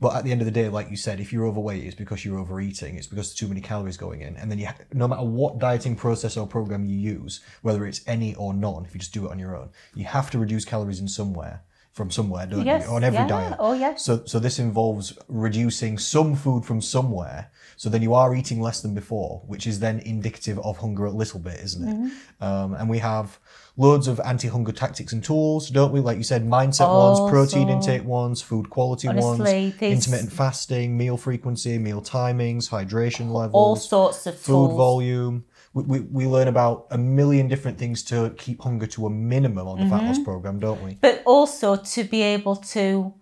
Speaker 3: But at the end of the day, like you said, if you're overweight, it's because you're overeating. It's because there's too many calories going in, and then you, ha- no matter what dieting process or program you use, whether it's any or none, if you just do it on your own, you have to reduce calories in somewhere from somewhere, don't
Speaker 2: Yes,
Speaker 3: you? On every
Speaker 2: yeah,
Speaker 3: diet.
Speaker 2: oh, yes.
Speaker 3: So, so this involves reducing some food from somewhere. So then you are eating less than before, which is then indicative of hunger a little bit, isn't it?
Speaker 2: Mm-hmm.
Speaker 3: Um, and we have loads of anti-hunger tactics and tools, don't we? Like you said, mindset ones, protein
Speaker 2: Also-
Speaker 3: intake ones, food quality
Speaker 2: Honestly,
Speaker 3: ones,
Speaker 2: these-
Speaker 3: intermittent fasting, meal frequency, meal timings, hydration levels,
Speaker 2: all sorts of
Speaker 3: food
Speaker 2: tools.
Speaker 3: volume. We, we, we learn about a million different things to keep hunger to a minimum on the fat
Speaker 2: Mm-hmm.
Speaker 3: loss program, don't we?
Speaker 2: but also to be able to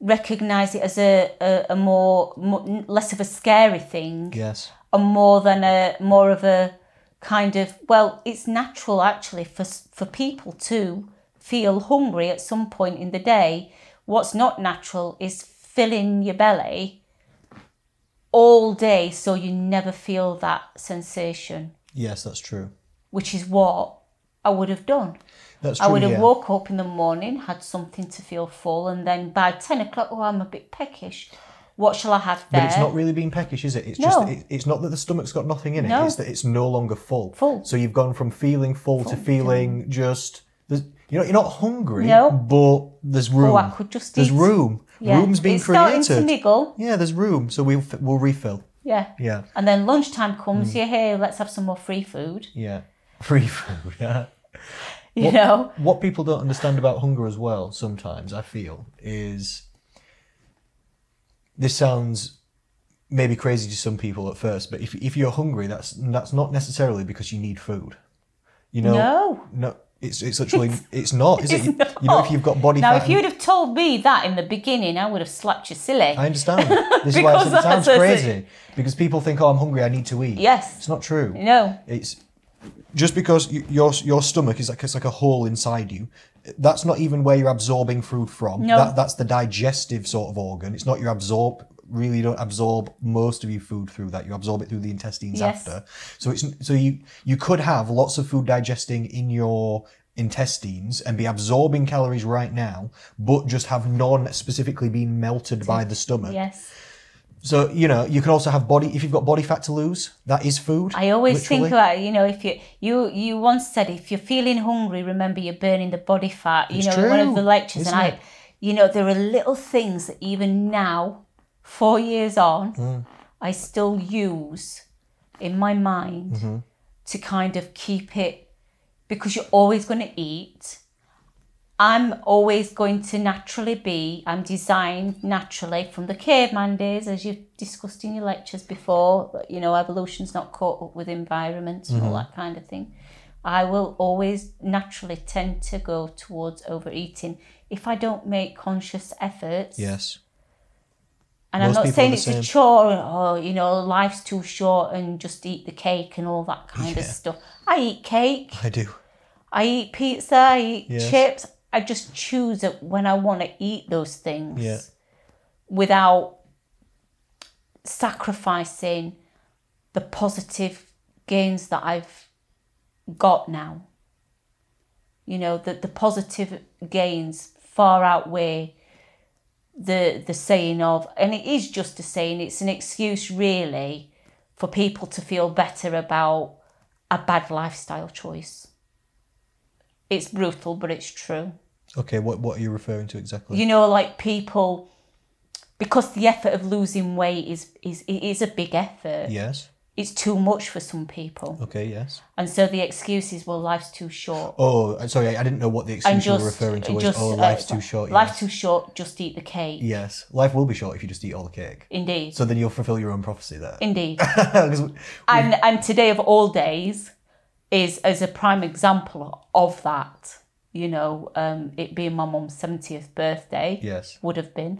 Speaker 2: recognize it as a, a, a more, more less of a scary thing
Speaker 3: Yes.
Speaker 2: and more than a more of a kind of well it's natural actually for s- for people to feel hungry at some point in the day what's not natural is filling your belly all day so you never feel that sensation
Speaker 3: Yes, that's true.
Speaker 2: which is what I would have done
Speaker 3: That's true.
Speaker 2: I would have
Speaker 3: yeah.
Speaker 2: woke up in the morning, had something to feel full, and then by ten o'clock, oh, I'm a bit peckish. What shall I have there?
Speaker 3: But it's not really being peckish, is it? It's just
Speaker 2: No.
Speaker 3: it, it's not that the stomach's got nothing in it.
Speaker 2: No.
Speaker 3: It's that it's no longer full.
Speaker 2: Full.
Speaker 3: So you've gone from feeling full, to feeling just there's, you know you're not hungry.
Speaker 2: No. Oh,
Speaker 3: But there's room.
Speaker 2: I could just
Speaker 3: There's
Speaker 2: eat.
Speaker 3: room.
Speaker 2: Yeah.
Speaker 3: Room's being
Speaker 2: it's starting to
Speaker 3: created.
Speaker 2: niggle.
Speaker 3: Yeah, there's room. So we'll f- we'll refill.
Speaker 2: Yeah.
Speaker 3: Yeah.
Speaker 2: And then lunchtime comes,
Speaker 3: Hmm.
Speaker 2: yeah, hey, let's have some more free food.
Speaker 3: Yeah. Free food. Yeah.
Speaker 2: You
Speaker 3: What-
Speaker 2: know?
Speaker 3: What people don't understand about hunger as well, sometimes I feel, is this sounds maybe crazy to some people at first, but if, if you're hungry, that's that's not necessarily because you need food. You know,
Speaker 2: No.
Speaker 3: no, it's it's actually it's, not, is it?
Speaker 2: It's
Speaker 3: You- You know, if
Speaker 2: not.
Speaker 3: you've got body
Speaker 2: Now,
Speaker 3: fat,
Speaker 2: if
Speaker 3: and-
Speaker 2: you'd have told me that in the beginning, I would have slapped you silly.
Speaker 3: I understand. This is why I said
Speaker 2: Because
Speaker 3: it sounds
Speaker 2: that's-
Speaker 3: crazy because people think, "Oh, I'm hungry. I need to eat."
Speaker 2: Yes.
Speaker 3: it's not true.
Speaker 2: No.
Speaker 3: It's just because y- your your stomach is like it's like a hole inside you. That's not even where you're absorbing food from.
Speaker 2: No.
Speaker 3: That, that's the digestive sort of organ. It's not your absorb. Really, don't absorb most of your food through that. You absorb it through the intestines
Speaker 2: Yes.
Speaker 3: after. So it's so you you could have lots of food digesting in your intestines and be absorbing calories right now, but just have none specifically been melted by the stomach.
Speaker 2: Yes.
Speaker 3: So you know you can also have body if you've got body fat to lose, that is food.
Speaker 2: I always
Speaker 3: literally.
Speaker 2: think about you know if you you you once said if you're feeling hungry, remember you're burning the body fat. You
Speaker 3: It's
Speaker 2: know, in one
Speaker 3: true,
Speaker 2: of the lectures,
Speaker 3: isn't
Speaker 2: and I,
Speaker 3: it?
Speaker 2: you know, there are little things that even now, four years on,
Speaker 3: Hmm.
Speaker 2: I still use in my mind
Speaker 3: Mm-hmm.
Speaker 2: to kind of keep it because you're always going to eat. I'm always going to naturally be, I'm designed naturally from the caveman days, as you've discussed in your lectures before, that, you know, evolution's not caught up with environment and all that kind of thing. I will always naturally tend to go towards overeating if I don't make conscious efforts.
Speaker 3: yes.
Speaker 2: And
Speaker 3: Most
Speaker 2: I'm
Speaker 3: people
Speaker 2: not
Speaker 3: are
Speaker 2: saying
Speaker 3: the
Speaker 2: it's
Speaker 3: same.
Speaker 2: a chore or, you know, life's too short and just eat the cake and all that kind of
Speaker 3: Yeah.
Speaker 2: stuff. I eat cake.
Speaker 3: I do.
Speaker 2: I eat pizza, I eat
Speaker 3: Yes.
Speaker 2: chips. I just choose it when I want to eat those things
Speaker 3: Yeah.
Speaker 2: without sacrificing the positive gains that I've got now. You know, the, the positive gains far outweigh the the saying of and it is just a saying, it's an excuse really for people to feel better about a bad lifestyle choice. It's brutal, but it's true.
Speaker 3: Okay, what what are you referring to exactly?
Speaker 2: You know, like people, because the effort of losing weight is is it is a big effort.
Speaker 3: yes.
Speaker 2: It's too much for some people,
Speaker 3: Okay. Yes.
Speaker 2: and so the excuse is, "Well, life's too short."
Speaker 3: Oh, I- sorry, I didn't know what the
Speaker 2: And
Speaker 3: excuse you
Speaker 2: just,
Speaker 3: were referring to was.
Speaker 2: just,
Speaker 3: oh,
Speaker 2: uh,
Speaker 3: life's too short.
Speaker 2: Life's
Speaker 3: yes.
Speaker 2: too short. Just eat the cake.
Speaker 3: Yes, life will be short if you just eat all the cake.
Speaker 2: Indeed,
Speaker 3: So then you'll fulfill your own prophecy there.
Speaker 2: indeed.
Speaker 3: 'Cause we-
Speaker 2: and and today of all days is as a prime example of that. You know, um, it being my mum's seventieth birthday.
Speaker 3: yes.
Speaker 2: would have been.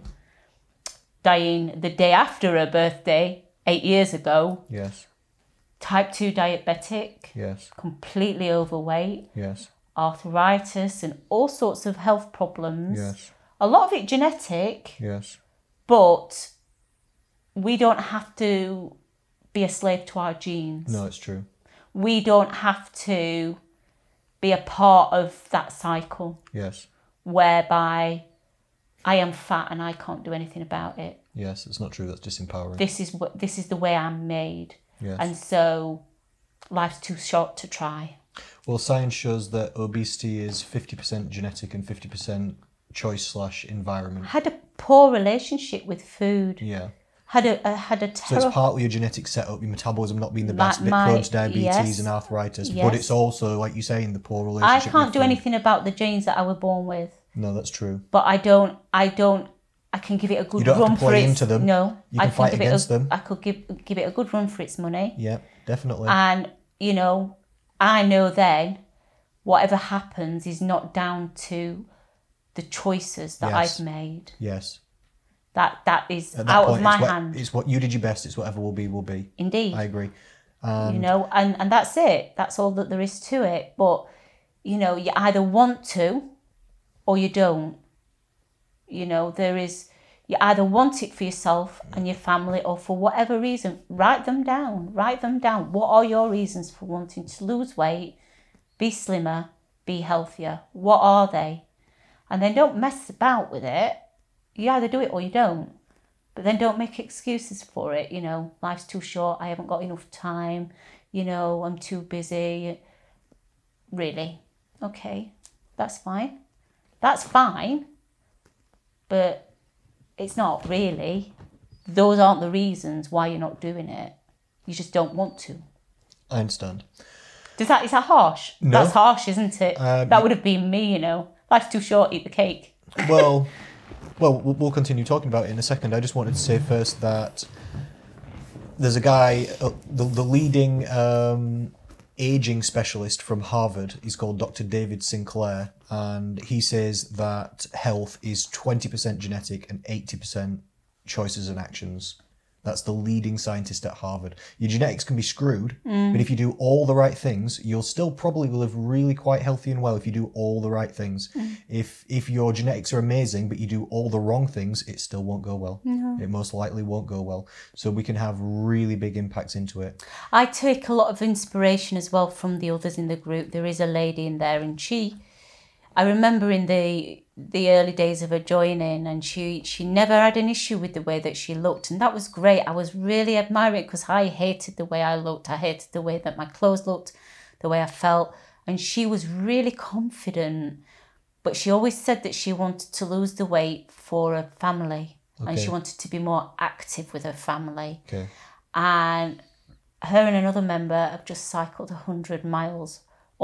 Speaker 2: Dying the day after her birthday, eight years ago,
Speaker 3: Yes.
Speaker 2: type 2 diabetic,
Speaker 3: Yes.
Speaker 2: completely overweight,
Speaker 3: Yes.
Speaker 2: arthritis, and all sorts of health problems.
Speaker 3: Yes.
Speaker 2: A lot of it genetic,
Speaker 3: Yes.
Speaker 2: but we don't have to be a slave to our genes.
Speaker 3: No, it's true.
Speaker 2: We don't have to be a part of that cycle
Speaker 3: Yes.
Speaker 2: whereby I am fat and I can't do anything about it.
Speaker 3: Yes, it's not true. That's disempowering.
Speaker 2: this is what this is the way I'm made,
Speaker 3: Yes.
Speaker 2: and so life's too short to try.
Speaker 3: Well, science shows that obesity is 50% genetic and 50% choice slash environment.
Speaker 2: I had a poor relationship with food.
Speaker 3: Yeah.
Speaker 2: Had a, I had a
Speaker 3: So it's
Speaker 2: terrible.
Speaker 3: partly your genetic setup, your metabolism not being the
Speaker 2: That
Speaker 3: best, a bit
Speaker 2: might-
Speaker 3: prone to diabetes
Speaker 2: yes.
Speaker 3: and arthritis, but
Speaker 2: Yes.
Speaker 3: it's also, like you're saying, the poor relationship.
Speaker 2: I can't
Speaker 3: with
Speaker 2: do
Speaker 3: food.
Speaker 2: anything about the genes that I was born with,
Speaker 3: No, that's true.
Speaker 2: but I don't. I don't. I can give it a good
Speaker 3: You don't have
Speaker 2: run
Speaker 3: to play
Speaker 2: for its,
Speaker 3: into them.
Speaker 2: No,
Speaker 3: You
Speaker 2: I
Speaker 3: can fight
Speaker 2: give
Speaker 3: against
Speaker 2: it a,
Speaker 3: them.
Speaker 2: I could give give it a good run for its money.
Speaker 3: Yeah, definitely.
Speaker 2: And, you know, I know then whatever happens is not down to the choices that
Speaker 3: Yes.
Speaker 2: I've made.
Speaker 3: yes.
Speaker 2: That that is
Speaker 3: At that
Speaker 2: out
Speaker 3: point,
Speaker 2: of my
Speaker 3: it's, what,
Speaker 2: hand.
Speaker 3: it's what you did your best. It's whatever will be, will be.
Speaker 2: Indeed.
Speaker 3: I agree.
Speaker 2: you know, and, and that's it. That's all that there is to it. But, you know, you either want to or you don't. You know, there is, you either want it for yourself and your family or for whatever reason. Write them down. Write them down. What are your reasons for wanting to lose weight, be slimmer, be healthier? What are they? And then don't mess about with it. You either do it or you don't. But then don't make excuses for it. You know, life's too short. I haven't got enough time. You know, I'm too busy. Really? Okay, that's fine. That's fine. But it's not really. those aren't the reasons why you're not doing it. You just don't want to.
Speaker 3: I understand.
Speaker 2: Does that is that harsh?
Speaker 3: No.
Speaker 2: That's harsh, isn't it? that would have been me, you know. Life's too short. Eat the cake.
Speaker 3: well, well, we'll we'll continue talking about it in a second. I just wanted to say first that there's a guy, uh, the, the leading um, aging specialist from Harvard. He's called Dr. David Sinclair, and he says that health is 20% genetic and 80% choices and actions. That's the leading scientist at Harvard. Your genetics can be screwed, but if you do all the right things, you'll still probably live really quite healthy and well if you do all the right things. If if your genetics are amazing but you do all the wrong things, it still won't go well. It most likely won't go well. So we can have really big impacts into it.
Speaker 2: I take a lot of inspiration as well from the others in the group. There is a lady in there, and she, I remember in the the early days of her joining, and she she never had an issue with the way that she looked, and that was great. I was really admiring because I hated the way I looked. I hated the way that my clothes looked, the way I felt, and she was really confident. But she always said that she wanted to lose the weight for her family, and she
Speaker 3: Okay.
Speaker 2: wanted to be more active with her family
Speaker 3: Okay.
Speaker 2: and her and another member have just cycled 100 miles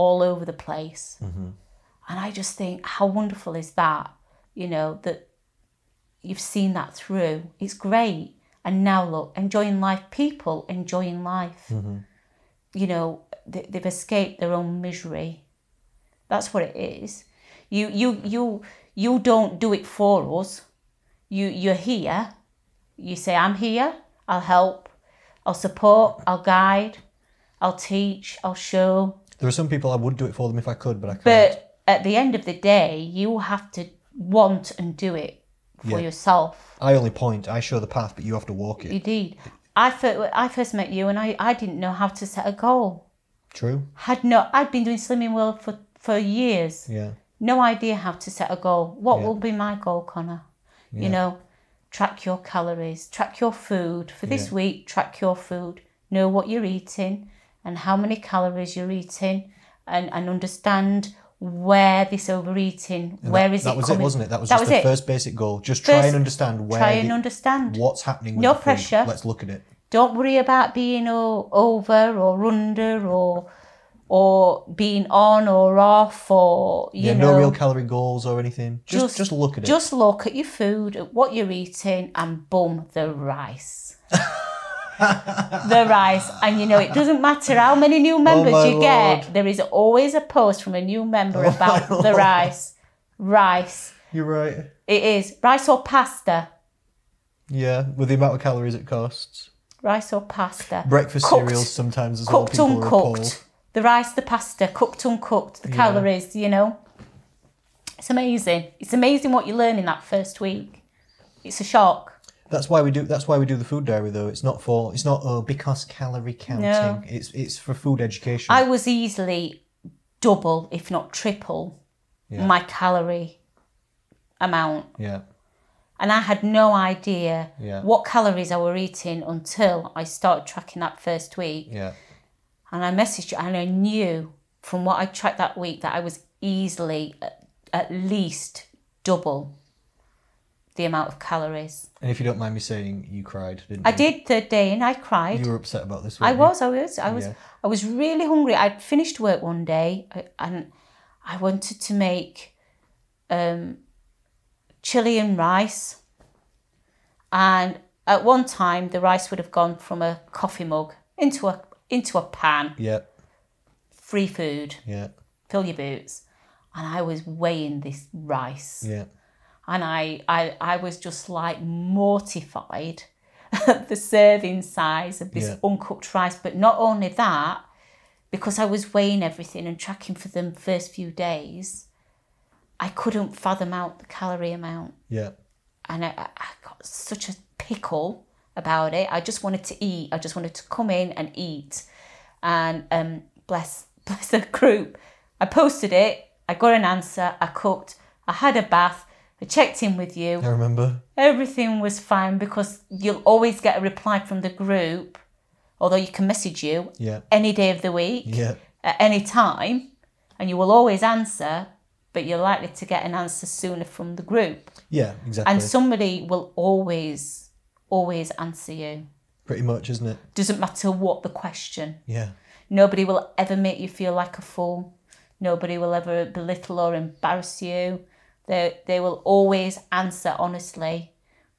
Speaker 2: all over the place and i just think how wonderful is that you know that you've seen that through it's great and now look enjoying life people enjoying life you know they, they've escaped their own misery that's what it is you you you you don't do it for us you you're here you say i'm here i'll help I'll support, I'll guide, I'll teach, I'll show.
Speaker 3: There are some people I would do it for them if I could, but I can't.
Speaker 2: But at the end of the day, you have to want and do it
Speaker 3: Yeah.
Speaker 2: for yourself.
Speaker 3: I only point, I show the path, but you have to walk it.
Speaker 2: Indeed. I first, I first met you and I, I didn't know how to set a goal.
Speaker 3: True?
Speaker 2: Had no I'd been doing Slimming World for, for years.
Speaker 3: Yeah.
Speaker 2: No idea how to set a goal. What
Speaker 3: Yeah.
Speaker 2: will be my goal, Connor?
Speaker 3: Yeah.
Speaker 2: You know, track your calories, track your food. For this
Speaker 3: Yeah.
Speaker 2: week, track your food. Know what you're eating and how many calories you're eating and, and understand where this overeating,
Speaker 3: And
Speaker 2: where
Speaker 3: that,
Speaker 2: is
Speaker 3: that
Speaker 2: it
Speaker 3: was
Speaker 2: coming?
Speaker 3: it, wasn't it? That was
Speaker 2: That
Speaker 3: just
Speaker 2: was
Speaker 3: the
Speaker 2: it.
Speaker 3: first basic goal. Just try
Speaker 2: First-
Speaker 3: and understand where
Speaker 2: Try and
Speaker 3: the-
Speaker 2: understand.
Speaker 3: what's happening with
Speaker 2: No
Speaker 3: the food.
Speaker 2: pressure.
Speaker 3: Let's look at it.
Speaker 2: Don't worry about being o- over or under or or being on or off or you
Speaker 3: yeah,
Speaker 2: know
Speaker 3: no real calorie goals or anything. Just just, look at it.
Speaker 2: Just look at your food, at what you're eating, and boom, the rice. the rice. And you know, it doesn't matter how many new members
Speaker 3: Oh my
Speaker 2: you
Speaker 3: Lord. Oh
Speaker 2: get, there is always a post from a new member about
Speaker 3: my
Speaker 2: the
Speaker 3: Lord.
Speaker 2: rice. Rice.
Speaker 3: You're right.
Speaker 2: It is rice or pasta.
Speaker 3: Yeah, with the amount of calories it costs.
Speaker 2: Rice or pasta.
Speaker 3: Breakfast
Speaker 2: Cooked.
Speaker 3: cereals sometimes as
Speaker 2: cooked,
Speaker 3: well. People are appalled.
Speaker 2: uncooked. The rice, the pasta, cooked, uncooked, the calories, you know. It's amazing. It's amazing what you learn in that first week. It's a shock.
Speaker 3: That's why we do. That's why we do the food diary, though. It's not for. It's not oh, because calorie counting.
Speaker 2: No.
Speaker 3: It's it's for food education.
Speaker 2: I was easily double, if not triple,
Speaker 3: Yeah.
Speaker 2: my calorie amount.
Speaker 3: yeah,
Speaker 2: And I had no idea
Speaker 3: Yeah.
Speaker 2: what calories I were eating until I started tracking that first week.
Speaker 3: yeah,
Speaker 2: And I messaged you, and I knew from what I tracked that week that I was easily at, at least double the amount of calories.
Speaker 3: and if you don't mind me saying, you cried, didn't
Speaker 2: I
Speaker 3: you?
Speaker 2: did third day and I cried.
Speaker 3: You were upset about this.
Speaker 2: I
Speaker 3: weren't you?
Speaker 2: was, I was, I was,
Speaker 3: Yeah.
Speaker 2: I was really hungry. I'd finished work one day uh, and I wanted to make um, chili and rice. And at one time, the rice would have gone from a coffee mug into a into a pan.
Speaker 3: Yeah,
Speaker 2: Free food,
Speaker 3: yeah,
Speaker 2: fill your boots. And I was weighing this rice
Speaker 3: yeah.
Speaker 2: and I, I I was just like mortified at the serving size of this
Speaker 3: Yeah.
Speaker 2: uncooked rice. But not only that, because I was weighing everything and tracking for the first few days, I couldn't fathom out the calorie amount,
Speaker 3: Yeah,
Speaker 2: and I, I I got such a pickle about it. I just wanted to eat. I just wanted to come in and eat, and um, bless bless the group. I posted it. I got an answer. I cooked. I had a bath. I checked in with you
Speaker 3: I remember.
Speaker 2: everything was fine because you'll always get a reply from the group, although you can message you
Speaker 3: Yeah,
Speaker 2: any day of the week,
Speaker 3: yeah,
Speaker 2: at any time, and you will always answer, but you're likely to get an answer sooner from the group.
Speaker 3: yeah. Exactly.
Speaker 2: And somebody will always, always answer you.
Speaker 3: Pretty much, isn't it?
Speaker 2: Doesn't matter what the question.
Speaker 3: Yeah.
Speaker 2: Nobody will ever make you feel like a fool. Nobody will ever belittle or embarrass you. They, they will always answer honestly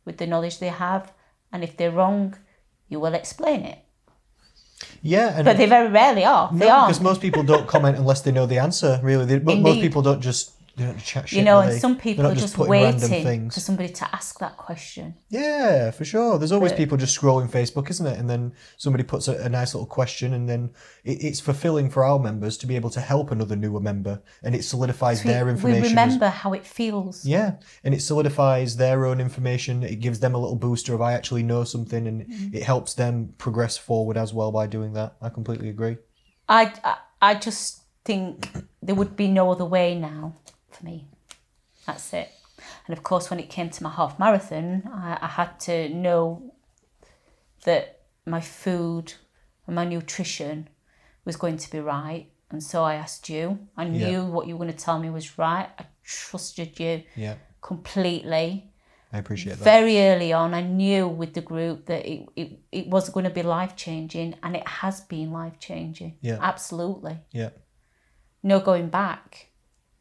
Speaker 2: with the knowledge they have. And if they're wrong, you will explain it.
Speaker 3: Yeah. And
Speaker 2: But they very rarely are.
Speaker 3: no,
Speaker 2: they aren't.
Speaker 3: because most people don't comment unless they know the answer. Really, they, mo- most
Speaker 2: Indeed.
Speaker 3: people don't just they don't chat shit.
Speaker 2: You know,
Speaker 3: do
Speaker 2: and
Speaker 3: they?
Speaker 2: some
Speaker 3: They're
Speaker 2: people
Speaker 3: not
Speaker 2: are just,
Speaker 3: putting random
Speaker 2: waiting
Speaker 3: things.
Speaker 2: for somebody to ask that question.
Speaker 3: Yeah, for sure. There's always
Speaker 2: But-
Speaker 3: people just scrolling Facebook, isn't it? And then somebody puts a, a nice little question, and then it, it's fulfilling for our members to be able to help another newer member, and it solidifies their
Speaker 2: We-
Speaker 3: information.
Speaker 2: We
Speaker 3: as-
Speaker 2: remember how it feels.
Speaker 3: yeah, and it solidifies their own information. It gives them a little booster of I actually know something, and
Speaker 2: Mm-hmm.
Speaker 3: it helps them progress forward as well by doing that. I completely agree.
Speaker 2: I, I, I just think there would be no other way now for me. That's it. And of course, when it came to my half marathon, I, I had to know that my food and my nutrition was going to be right. And so I asked you. I knew
Speaker 3: Yeah.
Speaker 2: what you were going to tell me was right. I trusted you
Speaker 3: Yeah,
Speaker 2: completely.
Speaker 3: I appreciate that.
Speaker 2: very early on, I knew with the group that it, it, it was going to be life changing, and it has been life changing.
Speaker 3: Yeah.
Speaker 2: Absolutely.
Speaker 3: Yeah,
Speaker 2: No going back.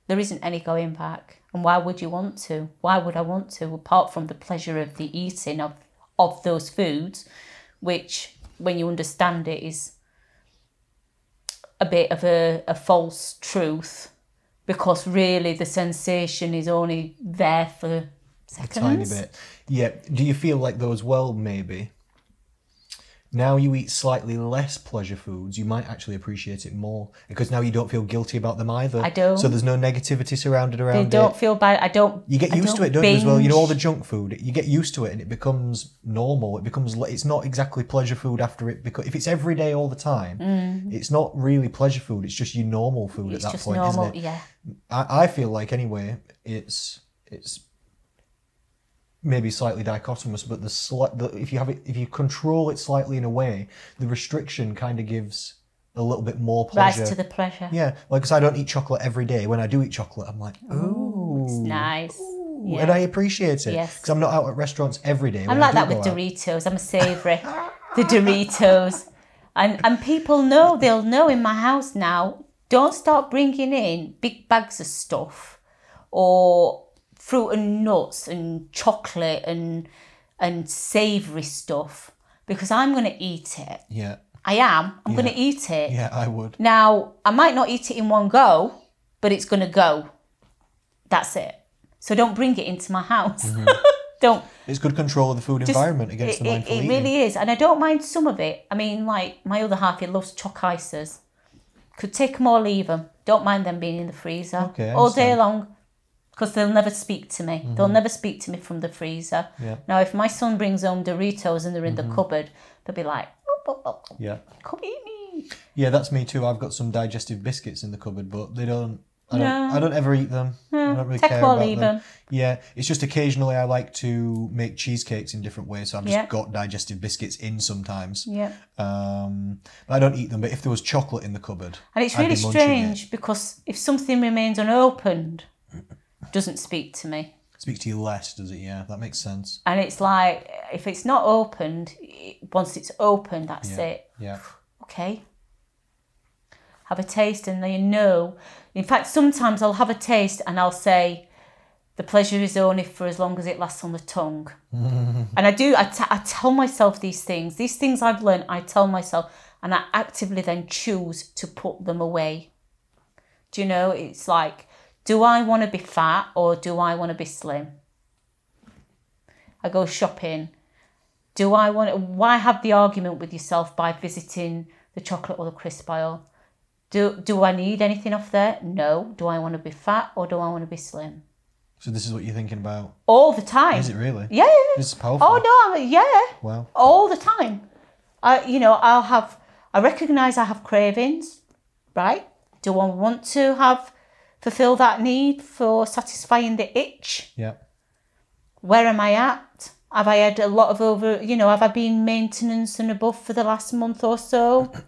Speaker 2: There isn't any going back. And why would you want to? Why would I want to? Apart from the pleasure of the eating of, of those foods, which, when you understand it, is a bit of a, a false truth because really the sensation is only there for seconds.
Speaker 3: tiny bit. Yeah. Do you feel like though as well? Maybe now you eat slightly less pleasure foods, you might actually appreciate it more because now you don't feel guilty about them either.
Speaker 2: I don't.
Speaker 3: So there's no negativity surrounded around
Speaker 2: They don't
Speaker 3: it.
Speaker 2: feel bad. I don't.
Speaker 3: You get
Speaker 2: I
Speaker 3: used to it, don't you? As
Speaker 2: binge.
Speaker 3: well, you know all the junk food. You get used to it, and it becomes normal. It becomes li- it's not exactly pleasure food after it because if it's every day all the time, it's not really pleasure food. It's just your normal food
Speaker 2: Mm. It's
Speaker 3: at that
Speaker 2: just
Speaker 3: point,
Speaker 2: normal.
Speaker 3: isn't it?
Speaker 2: Yeah.
Speaker 3: I, I feel like anyway, it's it's maybe slightly dichotomous, but the, sli- the if you have it, if you control it slightly in a way, the restriction kind of gives a little bit more
Speaker 2: Rise
Speaker 3: pleasure.
Speaker 2: to the pleasure.
Speaker 3: yeah, like 'cause I don't eat chocolate every day. When I do eat chocolate, I'm like, "Oh, ooh,
Speaker 2: It's nice. Yeah.
Speaker 3: and I appreciate it
Speaker 2: Yes.
Speaker 3: because I'm not out at restaurants every day.
Speaker 2: I'm
Speaker 3: when
Speaker 2: like
Speaker 3: I
Speaker 2: that
Speaker 3: do
Speaker 2: with
Speaker 3: go out.
Speaker 2: Doritos. I'm a savoury. the Doritos, and and people know they'll know in my house now. Don't start bringing in big bags of stuff, or fruit and nuts and chocolate and and savoury stuff because I'm going to eat it.
Speaker 3: Yeah,
Speaker 2: I am. I'm going to eat it.
Speaker 3: yeah, I would.
Speaker 2: Now, I might not eat it in one go, but it's going to go. That's it. So don't bring it into my house.
Speaker 3: Mm-hmm.
Speaker 2: don't.
Speaker 3: It's good control of the food environment against
Speaker 2: It,
Speaker 3: the
Speaker 2: it,
Speaker 3: mindful
Speaker 2: it
Speaker 3: eating.
Speaker 2: really is. And I don't mind some of it. I mean, like my other half, he loves chalk ices. Could take them or leave them. Don't mind them being in the freezer
Speaker 3: Okay, I
Speaker 2: all
Speaker 3: understand.
Speaker 2: day
Speaker 3: Mm-hmm.
Speaker 2: long because they'll never speak to me. They'll never speak to me from the freezer.
Speaker 3: Yeah. Mm-hmm.
Speaker 2: Now, if my son brings home Doritos and they're in the cupboard, they'll be like, "Oh,
Speaker 3: Yeah.
Speaker 2: come eat me.
Speaker 3: Yeah, that's me too. I've got some digestive biscuits in the cupboard, but they don't. I don't,
Speaker 2: No.
Speaker 3: I don't ever eat them. I don't really
Speaker 2: take
Speaker 3: care
Speaker 2: them or
Speaker 3: about
Speaker 2: leave
Speaker 3: them.
Speaker 2: them.
Speaker 3: Yeah, it's just occasionally I like to make cheesecakes in different ways, so I've just
Speaker 2: Yeah.
Speaker 3: got digestive biscuits in sometimes.
Speaker 2: Yeah.
Speaker 3: Um, but I don't eat them. But if there was chocolate in the cupboard,
Speaker 2: And it's
Speaker 3: I'd be
Speaker 2: really
Speaker 3: munching it.
Speaker 2: strange because if something remains unopened, doesn't speak to me.
Speaker 3: Speaks to you less, does it? Yeah, that makes sense.
Speaker 2: And it's like if it's not opened, it- once it's opened, that's
Speaker 3: Yeah.
Speaker 2: it.
Speaker 3: Yeah,
Speaker 2: Okay. Have a taste, and then you know. In fact, sometimes I'll have a taste and I'll say, "The pleasure is only for as long as it lasts on the tongue." and I do. I, t- I tell myself these things. These things I've learned. I tell myself, and I actively then choose to put them away. Do you know? It's like, do I want to be fat or do I want to be slim? I go shopping. Do I want? Why have the argument with yourself by visiting the chocolate or the crisp aisle? Do do I need anything off there? No. Do I want to be fat or do I want to be slim?
Speaker 3: so this is what you're thinking about.
Speaker 2: All the time.
Speaker 3: Is it really?
Speaker 2: Yeah. yeah, yeah.
Speaker 3: This is powerful.
Speaker 2: Oh no. I'm- Yeah
Speaker 3: Wow.
Speaker 2: all the time. I, you know, I'll have. I recognise I have cravings, right? Do I want to have fulfil that need for satisfying the itch?
Speaker 3: Yeah.
Speaker 2: Where am I at? Have I had a lot of over? You know, have I been maintenance and above for the last month or so?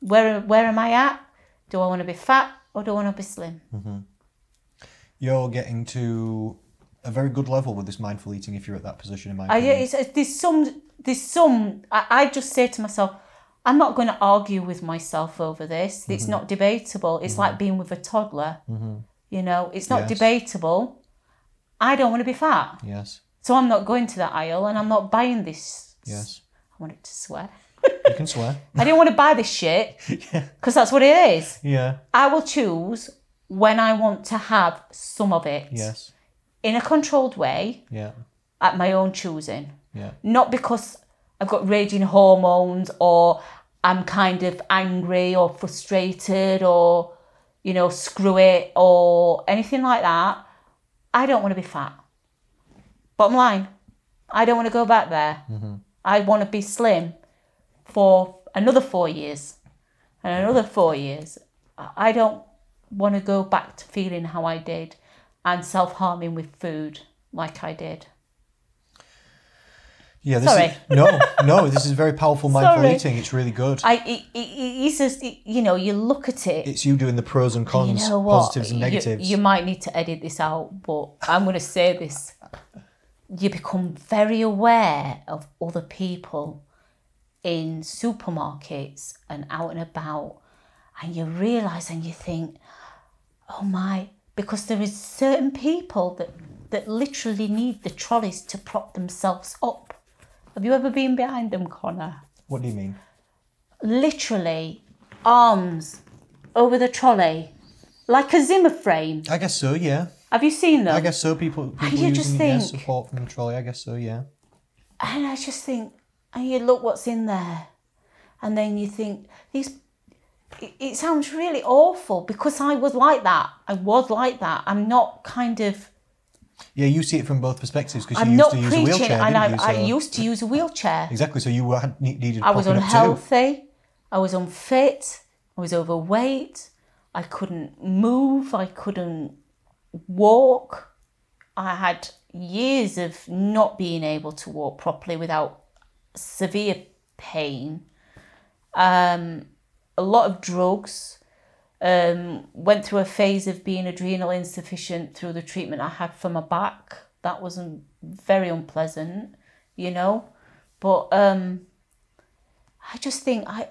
Speaker 2: Where Where am I at? Do I want to be fat or do I want to be slim?
Speaker 3: You're getting to a very good level with this mindful eating if you're at that position in my
Speaker 2: I,
Speaker 3: opinion.
Speaker 2: it's, it's- there's some, there's some. I, I just say to myself, I'm not going to argue with myself over this.
Speaker 3: Mm-hmm.
Speaker 2: It's not debatable. It's like being with a toddler. You know, it's not
Speaker 3: Yes.
Speaker 2: debatable. I don't want to be fat,
Speaker 3: yes.
Speaker 2: so I'm not going to that aisle, and I'm not buying this.
Speaker 3: Yes.
Speaker 2: I wanted to swear.
Speaker 3: You can swear.
Speaker 2: I didn't want to buy this shit because that's what it is.
Speaker 3: Yeah.
Speaker 2: I will choose when I want to have some of it
Speaker 3: Yes.
Speaker 2: in a controlled way
Speaker 3: Yeah.
Speaker 2: at my own choosing.
Speaker 3: Yeah.
Speaker 2: not because I've got raging hormones or I'm kind of angry or frustrated or, you know, screw it or anything like that. I don't want to be fat. Bottom line, I don't want to go back there. I want to be slim for another four years and another four years. I I don't want to go back to feeling how I did and self harming with food like I did.
Speaker 3: Yeah. This
Speaker 2: Sorry.
Speaker 3: Is, no. No. This is very powerful mindful
Speaker 2: Sorry.
Speaker 3: eating. It's really good.
Speaker 2: I, it, it, it's just, it- you know, you look at it.
Speaker 3: it's you doing the pros and
Speaker 2: you
Speaker 3: cons,
Speaker 2: know what?
Speaker 3: positives and
Speaker 2: You-
Speaker 3: negatives.
Speaker 2: You, might need to edit this out, but I'm going to say this. You become very aware of other people in supermarkets and out and about, and you realise and you think, oh my, because there is certain people that, that literally need the trolleys to prop themselves up. Have you ever been behind them, Connor?
Speaker 3: what do you mean?
Speaker 2: literally arms over the trolley, like a Zimmer frame.
Speaker 3: I guess so. Yeah.
Speaker 2: Have you seen them?
Speaker 3: I guess so. People, people
Speaker 2: you
Speaker 3: using
Speaker 2: just
Speaker 3: yeah,
Speaker 2: think-
Speaker 3: support from the trolley. I guess so. Yeah.
Speaker 2: And I just think, and you look what's in there, and then you think these. It, it sounds really awful because I was like that. I was like that. I'm not kind of.
Speaker 3: Yeah. You see it from both perspectives because you used
Speaker 2: I'm not
Speaker 3: to use
Speaker 2: preaching,
Speaker 3: a wheelchair,
Speaker 2: and I,
Speaker 3: didn't you?
Speaker 2: I
Speaker 3: So-
Speaker 2: used to use a wheelchair.
Speaker 3: exactly. So you were, had, ne- needed.
Speaker 2: I was
Speaker 3: propping up too.
Speaker 2: unhealthy. I was unfit. I was overweight. I couldn't move. I couldn't walk. I had years of not being able to walk properly without severe pain. Um, a lot of drugs. Um, went through a phase of being adrenal insufficient through the treatment I had for my back. That wasn't very unpleasant, you know. But um, I just think I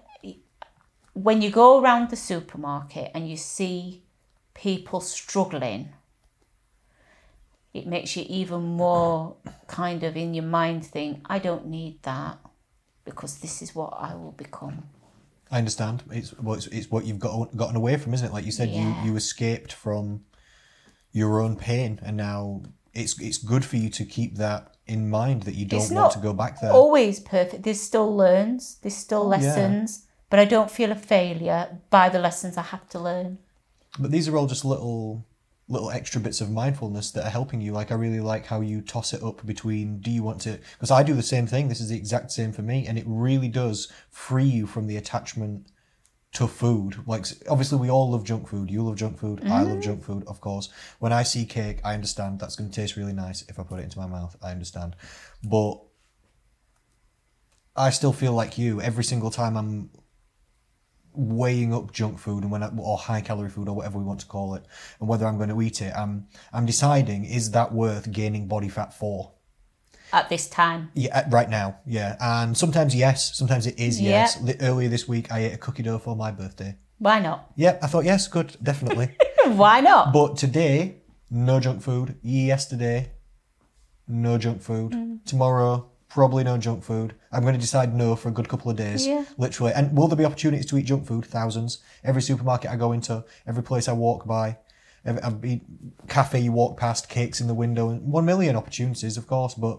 Speaker 2: when you go around the supermarket and you see people struggling, it makes you even more kind of in your mind think, I don't need that because this is what I will become.
Speaker 3: I understand. It's well, it's, it's what you've got gotten away from, isn't it? Like you said,
Speaker 2: Yeah.
Speaker 3: you you escaped from your own pain, and now it's it's good for you to keep that in mind that you don't
Speaker 2: It's
Speaker 3: want
Speaker 2: not
Speaker 3: to go back there.
Speaker 2: Always perfect. There's still learns, there's still lessons, but I don't feel a failure by the lessons I have to learn.
Speaker 3: But these are all just little little extra bits of mindfulness that are helping you. Like I really like how you toss it up between do you want to because I do the same thing. This is the exact same for me and it really does free you from the attachment to food. Like s- obviously we all love junk food. You love junk food. I love junk food, of course. When I see cake, I understand that's going to taste really nice if I put it into my mouth. I understand. But I still feel like you every single time I'm weighing up junk food and when I, or high calorie food or whatever we want to call it and whether I'm going to eat it I'm I'm deciding is that worth gaining body fat for
Speaker 2: At this time,
Speaker 3: yeah uh, right now yeah and sometimes yes sometimes it is
Speaker 2: Yeah.
Speaker 3: yes Li- earlier this week I ate a cookie dough for my birthday
Speaker 2: why not?
Speaker 3: yeah I thought yes good definitely
Speaker 2: Why not?
Speaker 3: but today no junk food yesterday no junk food
Speaker 2: Mm.
Speaker 3: tomorrow probably no junk food I'm going to decide no for a good couple of days
Speaker 2: Yeah.
Speaker 3: literally. And will there be opportunities to eat junk food? Thousands. Every supermarket I go into, every place I walk by, every, I've been, cafe you walk past, cakes in the window, and one million opportunities, of course. But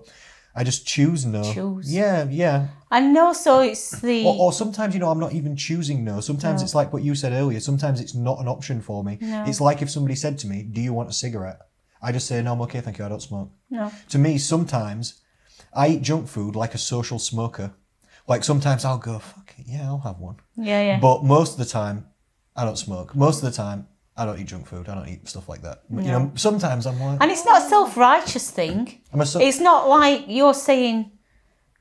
Speaker 3: I just choose no.
Speaker 2: Choose.
Speaker 3: Yeah, yeah.
Speaker 2: And also, it's the.
Speaker 3: Or, or sometimes you know I'm not even choosing no. Sometimes it's like what you said earlier. Sometimes it's not an option for me. It's like if somebody said to me, "Do you want a cigarette?" I just say, "No, I'm okay, thank you. I don't smoke."
Speaker 2: No.
Speaker 3: To me, sometimes I eat junk food like a social smoker. Like sometimes I'll go, "Fuck it, yeah, I'll have one."
Speaker 2: yeah, yeah.
Speaker 3: But most of the time, I don't smoke. Most of the time, I don't eat junk food. I don't eat stuff like that. But, You know, sometimes I'm like,
Speaker 2: And it's not a self righteous thing.
Speaker 3: I'm a so-
Speaker 2: It's not like you're saying,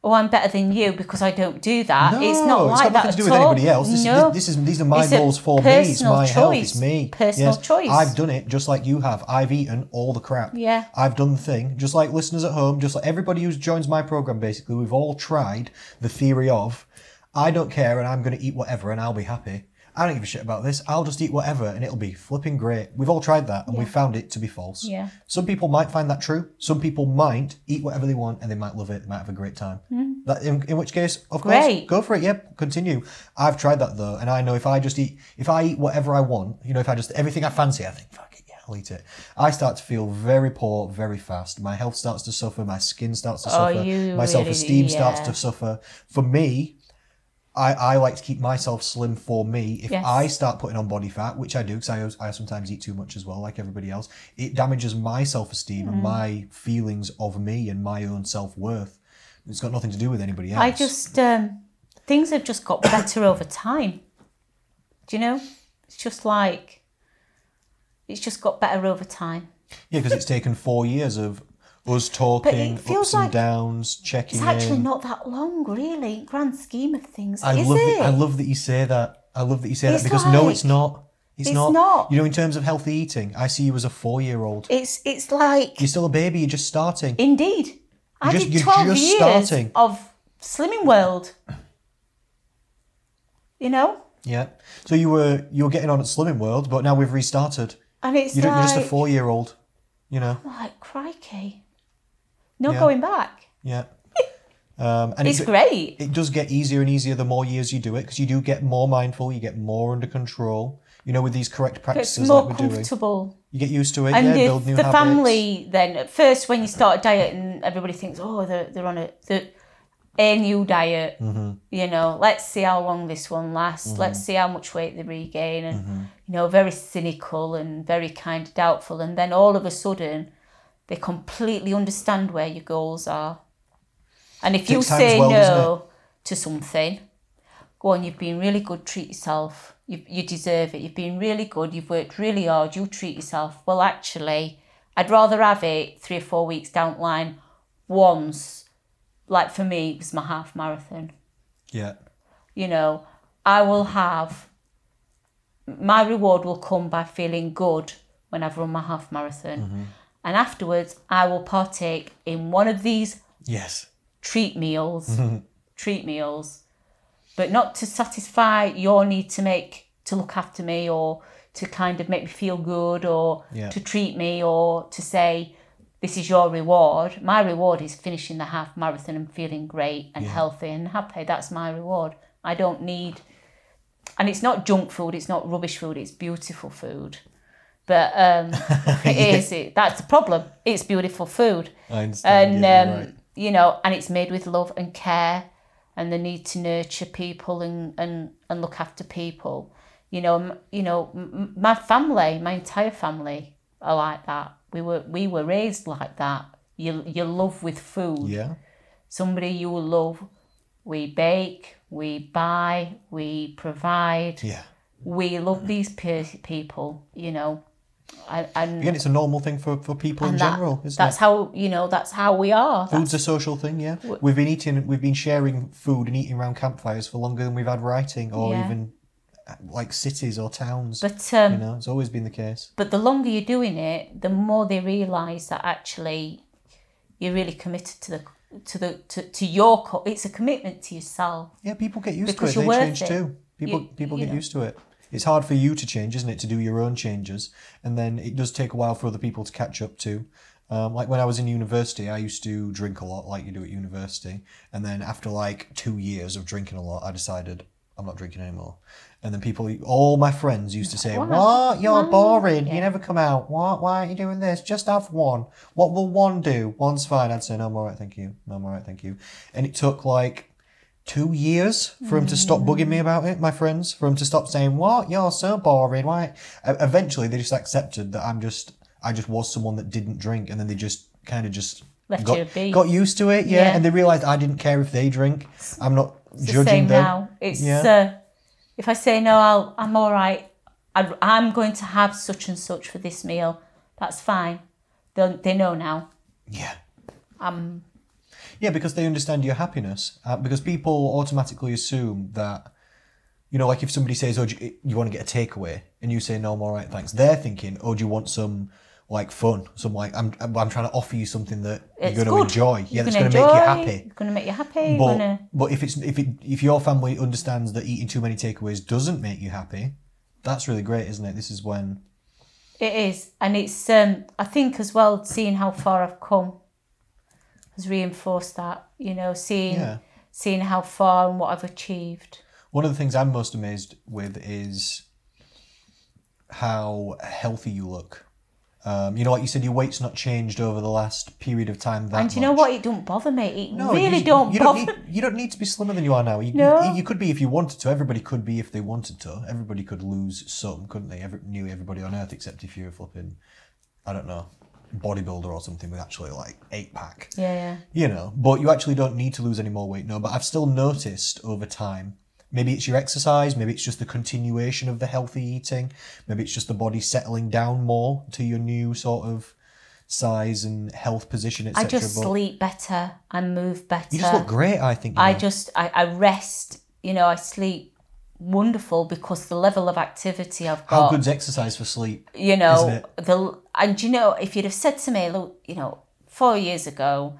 Speaker 2: oh, I'm better than you because I don't do that.
Speaker 3: No,
Speaker 2: it's not like
Speaker 3: got
Speaker 2: that
Speaker 3: nothing to do
Speaker 2: at
Speaker 3: with
Speaker 2: all.
Speaker 3: anybody else. This,
Speaker 2: no.
Speaker 3: is, this is these are my
Speaker 2: It's a
Speaker 3: goals for me. It's
Speaker 2: personal
Speaker 3: my health. It's
Speaker 2: choice.
Speaker 3: me.
Speaker 2: Personal choice.
Speaker 3: I've done it just like you have. I've eaten all the crap.
Speaker 2: Yeah.
Speaker 3: I've done the thing. Just like listeners at home, just like everybody who joins my program, basically, we've all tried the theory of I don't care and I'm going to eat whatever and I'll be happy. I don't give a shit about this. I'll just eat whatever and it'll be flipping great. We've all tried that and we found it to be false.
Speaker 2: Yeah.
Speaker 3: Some people might find that true. Some people might eat whatever they want and they might love it. They might have a great time.
Speaker 2: Mm.
Speaker 3: That, in, in which case, of course,
Speaker 2: Great.
Speaker 3: go for it. Yep, continue. I've tried that though, and I know if I just eat, if I eat whatever I want, you know, if I just everything I fancy, I think, fuck it, yeah, I'll eat it. I start to feel very poor very fast. My health starts to suffer. My skin starts to suffer.
Speaker 2: Oh, you
Speaker 3: my
Speaker 2: really-
Speaker 3: self-esteem starts
Speaker 2: yeah.
Speaker 3: to suffer. For me, I, I like to keep myself slim for me. If
Speaker 2: Yes.
Speaker 3: I start putting on body fat, which I do, because I, als- I sometimes eat too much as well, like everybody else, it damages my self esteem and
Speaker 2: Mm-hmm.
Speaker 3: my feelings of me and my own self worth. It's got nothing to do with anybody else.
Speaker 2: I just um, things have just got better over time. Do you know? It's just like it's just got better over time.
Speaker 3: yeah, because it's taken four years of us talking,
Speaker 2: feels
Speaker 3: ups and
Speaker 2: like-
Speaker 3: downs, checking
Speaker 2: It's actually
Speaker 3: in.
Speaker 2: not that long, really, in grand scheme of things,
Speaker 3: I
Speaker 2: is
Speaker 3: love
Speaker 2: it?
Speaker 3: That, I love that you say that. I love that you say
Speaker 2: It's
Speaker 3: that because no, it's
Speaker 2: like-
Speaker 3: not. It's,
Speaker 2: it's
Speaker 3: not.
Speaker 2: not.
Speaker 3: You know, in terms of healthy eating, I see you as a four-year-old.
Speaker 2: it's it's like
Speaker 3: You're still a baby. You're just starting.
Speaker 2: indeed. I
Speaker 3: just-
Speaker 2: did
Speaker 3: you're
Speaker 2: twelve
Speaker 3: just
Speaker 2: years
Speaker 3: starting.
Speaker 2: of Slimming World. You know,
Speaker 3: Yeah. So you were you were getting on at Slimming World, but now we've restarted.
Speaker 2: and it's
Speaker 3: You don't,
Speaker 2: like
Speaker 3: you're just a four year old. You know.
Speaker 2: like crikey, no
Speaker 3: Yeah.
Speaker 2: going back.
Speaker 3: Yeah. Um, and
Speaker 2: It's
Speaker 3: it,
Speaker 2: great.
Speaker 3: it does get easier and easier the more years you do it because you do get more mindful. You get more under control. You know, with these correct
Speaker 2: It's
Speaker 3: practices
Speaker 2: more
Speaker 3: like we're doing,
Speaker 2: comfortable.
Speaker 3: you get used to it.
Speaker 2: and
Speaker 3: yeah,
Speaker 2: the,
Speaker 3: build new
Speaker 2: the
Speaker 3: habits.
Speaker 2: family then at first when you start a diet and everybody thinks oh they're, they're on a they're, a new
Speaker 3: Mm.
Speaker 2: diet you know let's see how long this one lasts let's
Speaker 3: Mm-hmm.
Speaker 2: see how much weight they regain and you know very cynical and very kind of doubtful and then all of a sudden they completely understand where your goals are and if you
Speaker 3: Takes time as
Speaker 2: say
Speaker 3: well, doesn't
Speaker 2: no to something go on, you've been really good, treat yourself. You, you deserve it. You've been really good, you've worked really hard, you treat yourself. Well, actually, I'd rather have it three or four weeks down the line once. Like for me, it was my half marathon.
Speaker 3: Yeah.
Speaker 2: You know, I will have, my reward will come by feeling good when I've run my half marathon. And afterwards, I will partake in one of these
Speaker 3: Yes.
Speaker 2: treat meals, treat meals, but not to satisfy your need to make to look after me or to kind of make me feel good or
Speaker 3: Yeah.
Speaker 2: to treat me or to say this is your reward. My reward is finishing the half marathon and feeling great and healthy and happy. That's my reward. I don't need and it's not junk food, it's not rubbish food, it's beautiful food. But um, it is it, that's the problem. It's beautiful food
Speaker 3: I understand.
Speaker 2: and
Speaker 3: yeah,
Speaker 2: um,
Speaker 3: you're right.
Speaker 2: you know, and it's made with love and care, and the need to nurture people and and and look after people. You know, m- you know, m- m- my family, my entire family are like that. We were we were raised like that. You you love with food.
Speaker 3: Yeah.
Speaker 2: Somebody you will love. We bake, we buy, we provide.
Speaker 3: Yeah.
Speaker 2: We love these pe- people. You know, and, and
Speaker 3: Again, it's a normal thing for, for people in
Speaker 2: and that-
Speaker 3: general, isn't it?
Speaker 2: that's how you know that's how we are. That's
Speaker 3: Food's a social thing, yeah. We've been eating, we've been sharing food and eating around campfires for longer than we've had writing, or
Speaker 2: Yeah.
Speaker 3: even uh, like cities or towns.
Speaker 2: But um,
Speaker 3: you know, it's always been the case.
Speaker 2: but the longer you're doing it, the more they realise that actually you're really committed to the to the to, to your co- it's a commitment to yourself.
Speaker 3: Yeah, people get used
Speaker 2: Because
Speaker 3: to it.
Speaker 2: you're
Speaker 3: They
Speaker 2: worth
Speaker 3: change
Speaker 2: it.
Speaker 3: too. People
Speaker 2: You-
Speaker 3: people
Speaker 2: you
Speaker 3: get
Speaker 2: know.
Speaker 3: used to it. It's hard for you to change, isn't it? To do your own changes, and then it does take a while for other people to catch up to. Um, like when I was in university, I used to drink a lot, like you do at university. And then after like two years of drinking a lot, I decided I'm not drinking anymore. And then people, all my friends used to say,
Speaker 2: Why?
Speaker 3: "What? You're
Speaker 2: Why?"
Speaker 3: boring. You
Speaker 2: Yeah.
Speaker 3: never come out. What? Why aren't you doing this? Just have one. What will one do? One's fine." I'd say, "No, I'm all right, thank you. No, I'm all right, thank you." And it took like two years for him to stop bugging me
Speaker 2: Mm.
Speaker 3: about it, my friends, for him to stop saying, What? You're so boring. Why? E- Eventually, they just accepted that I'm just, I just was someone that didn't drink. And then they just kind of just
Speaker 2: Left you
Speaker 3: got,
Speaker 2: be.
Speaker 3: got used to it. Yeah.
Speaker 2: Yeah.
Speaker 3: And they realized I didn't care if they drink. I'm not
Speaker 2: It's the
Speaker 3: judging
Speaker 2: same
Speaker 3: them.
Speaker 2: now. It's
Speaker 3: Yeah.
Speaker 2: uh, if I say no, I'll, I'm all right. I, I'm going to have such and such for this meal. That's fine. They they know now.
Speaker 3: Yeah.
Speaker 2: Um,
Speaker 3: Yeah, because they understand your happiness. Uh, because people automatically assume that, you know, like if somebody says, "Oh, do you, you want to get a takeaway," and you say, "No, I'm all right, thanks," they're thinking, "Oh, do you want some?" Like fun, some like I'm, I'm I'm trying to offer you something that
Speaker 2: It's
Speaker 3: you're going to
Speaker 2: good.
Speaker 3: enjoy. Yeah, that's going to make
Speaker 2: enjoy,
Speaker 3: you happy.
Speaker 2: It's going to make you happy.
Speaker 3: But
Speaker 2: gonna,
Speaker 3: but if it's if it if your family understands that eating too many takeaways doesn't make you happy, that's really great, isn't it? This is when
Speaker 2: It is, and it's. Um, I think as well, seeing how far I've come has reinforced that. You know, seeing
Speaker 3: Yeah.
Speaker 2: seeing how far and what I've achieved.
Speaker 3: one of the things I'm most amazed with is how healthy you look. Um, you know, like you said, your weight's not changed over the last period of time. That
Speaker 2: And do you know
Speaker 3: much.
Speaker 2: what? It don't bother me. It
Speaker 3: No,
Speaker 2: really
Speaker 3: you,
Speaker 2: don't
Speaker 3: you
Speaker 2: bother.
Speaker 3: Don't need, you don't need to be slimmer than you are now. You,
Speaker 2: No.
Speaker 3: you, you could be if you wanted to. Everybody could be if they wanted to. Everybody could lose some, couldn't they? Every, knew everybody on earth except if you're a flipping, I don't know, bodybuilder or something with actually like eight pack
Speaker 2: yeah, yeah.
Speaker 3: you know, but you actually don't need to lose any more weight. No, but I've still noticed over time. Maybe it's your exercise. Maybe it's just the continuation of the healthy eating. Maybe it's just the body settling down more to your new sort of size and health position,
Speaker 2: I
Speaker 3: etc.
Speaker 2: just
Speaker 3: but
Speaker 2: sleep better. I move better.
Speaker 3: you just look great. I think. you
Speaker 2: I
Speaker 3: know.
Speaker 2: just I, I rest. You know, I sleep wonderful because the level of activity I've
Speaker 3: How
Speaker 2: got.
Speaker 3: good's exercise for sleep?
Speaker 2: you know
Speaker 3: Isn't
Speaker 2: the and you know if you'd have said to me look you know four years ago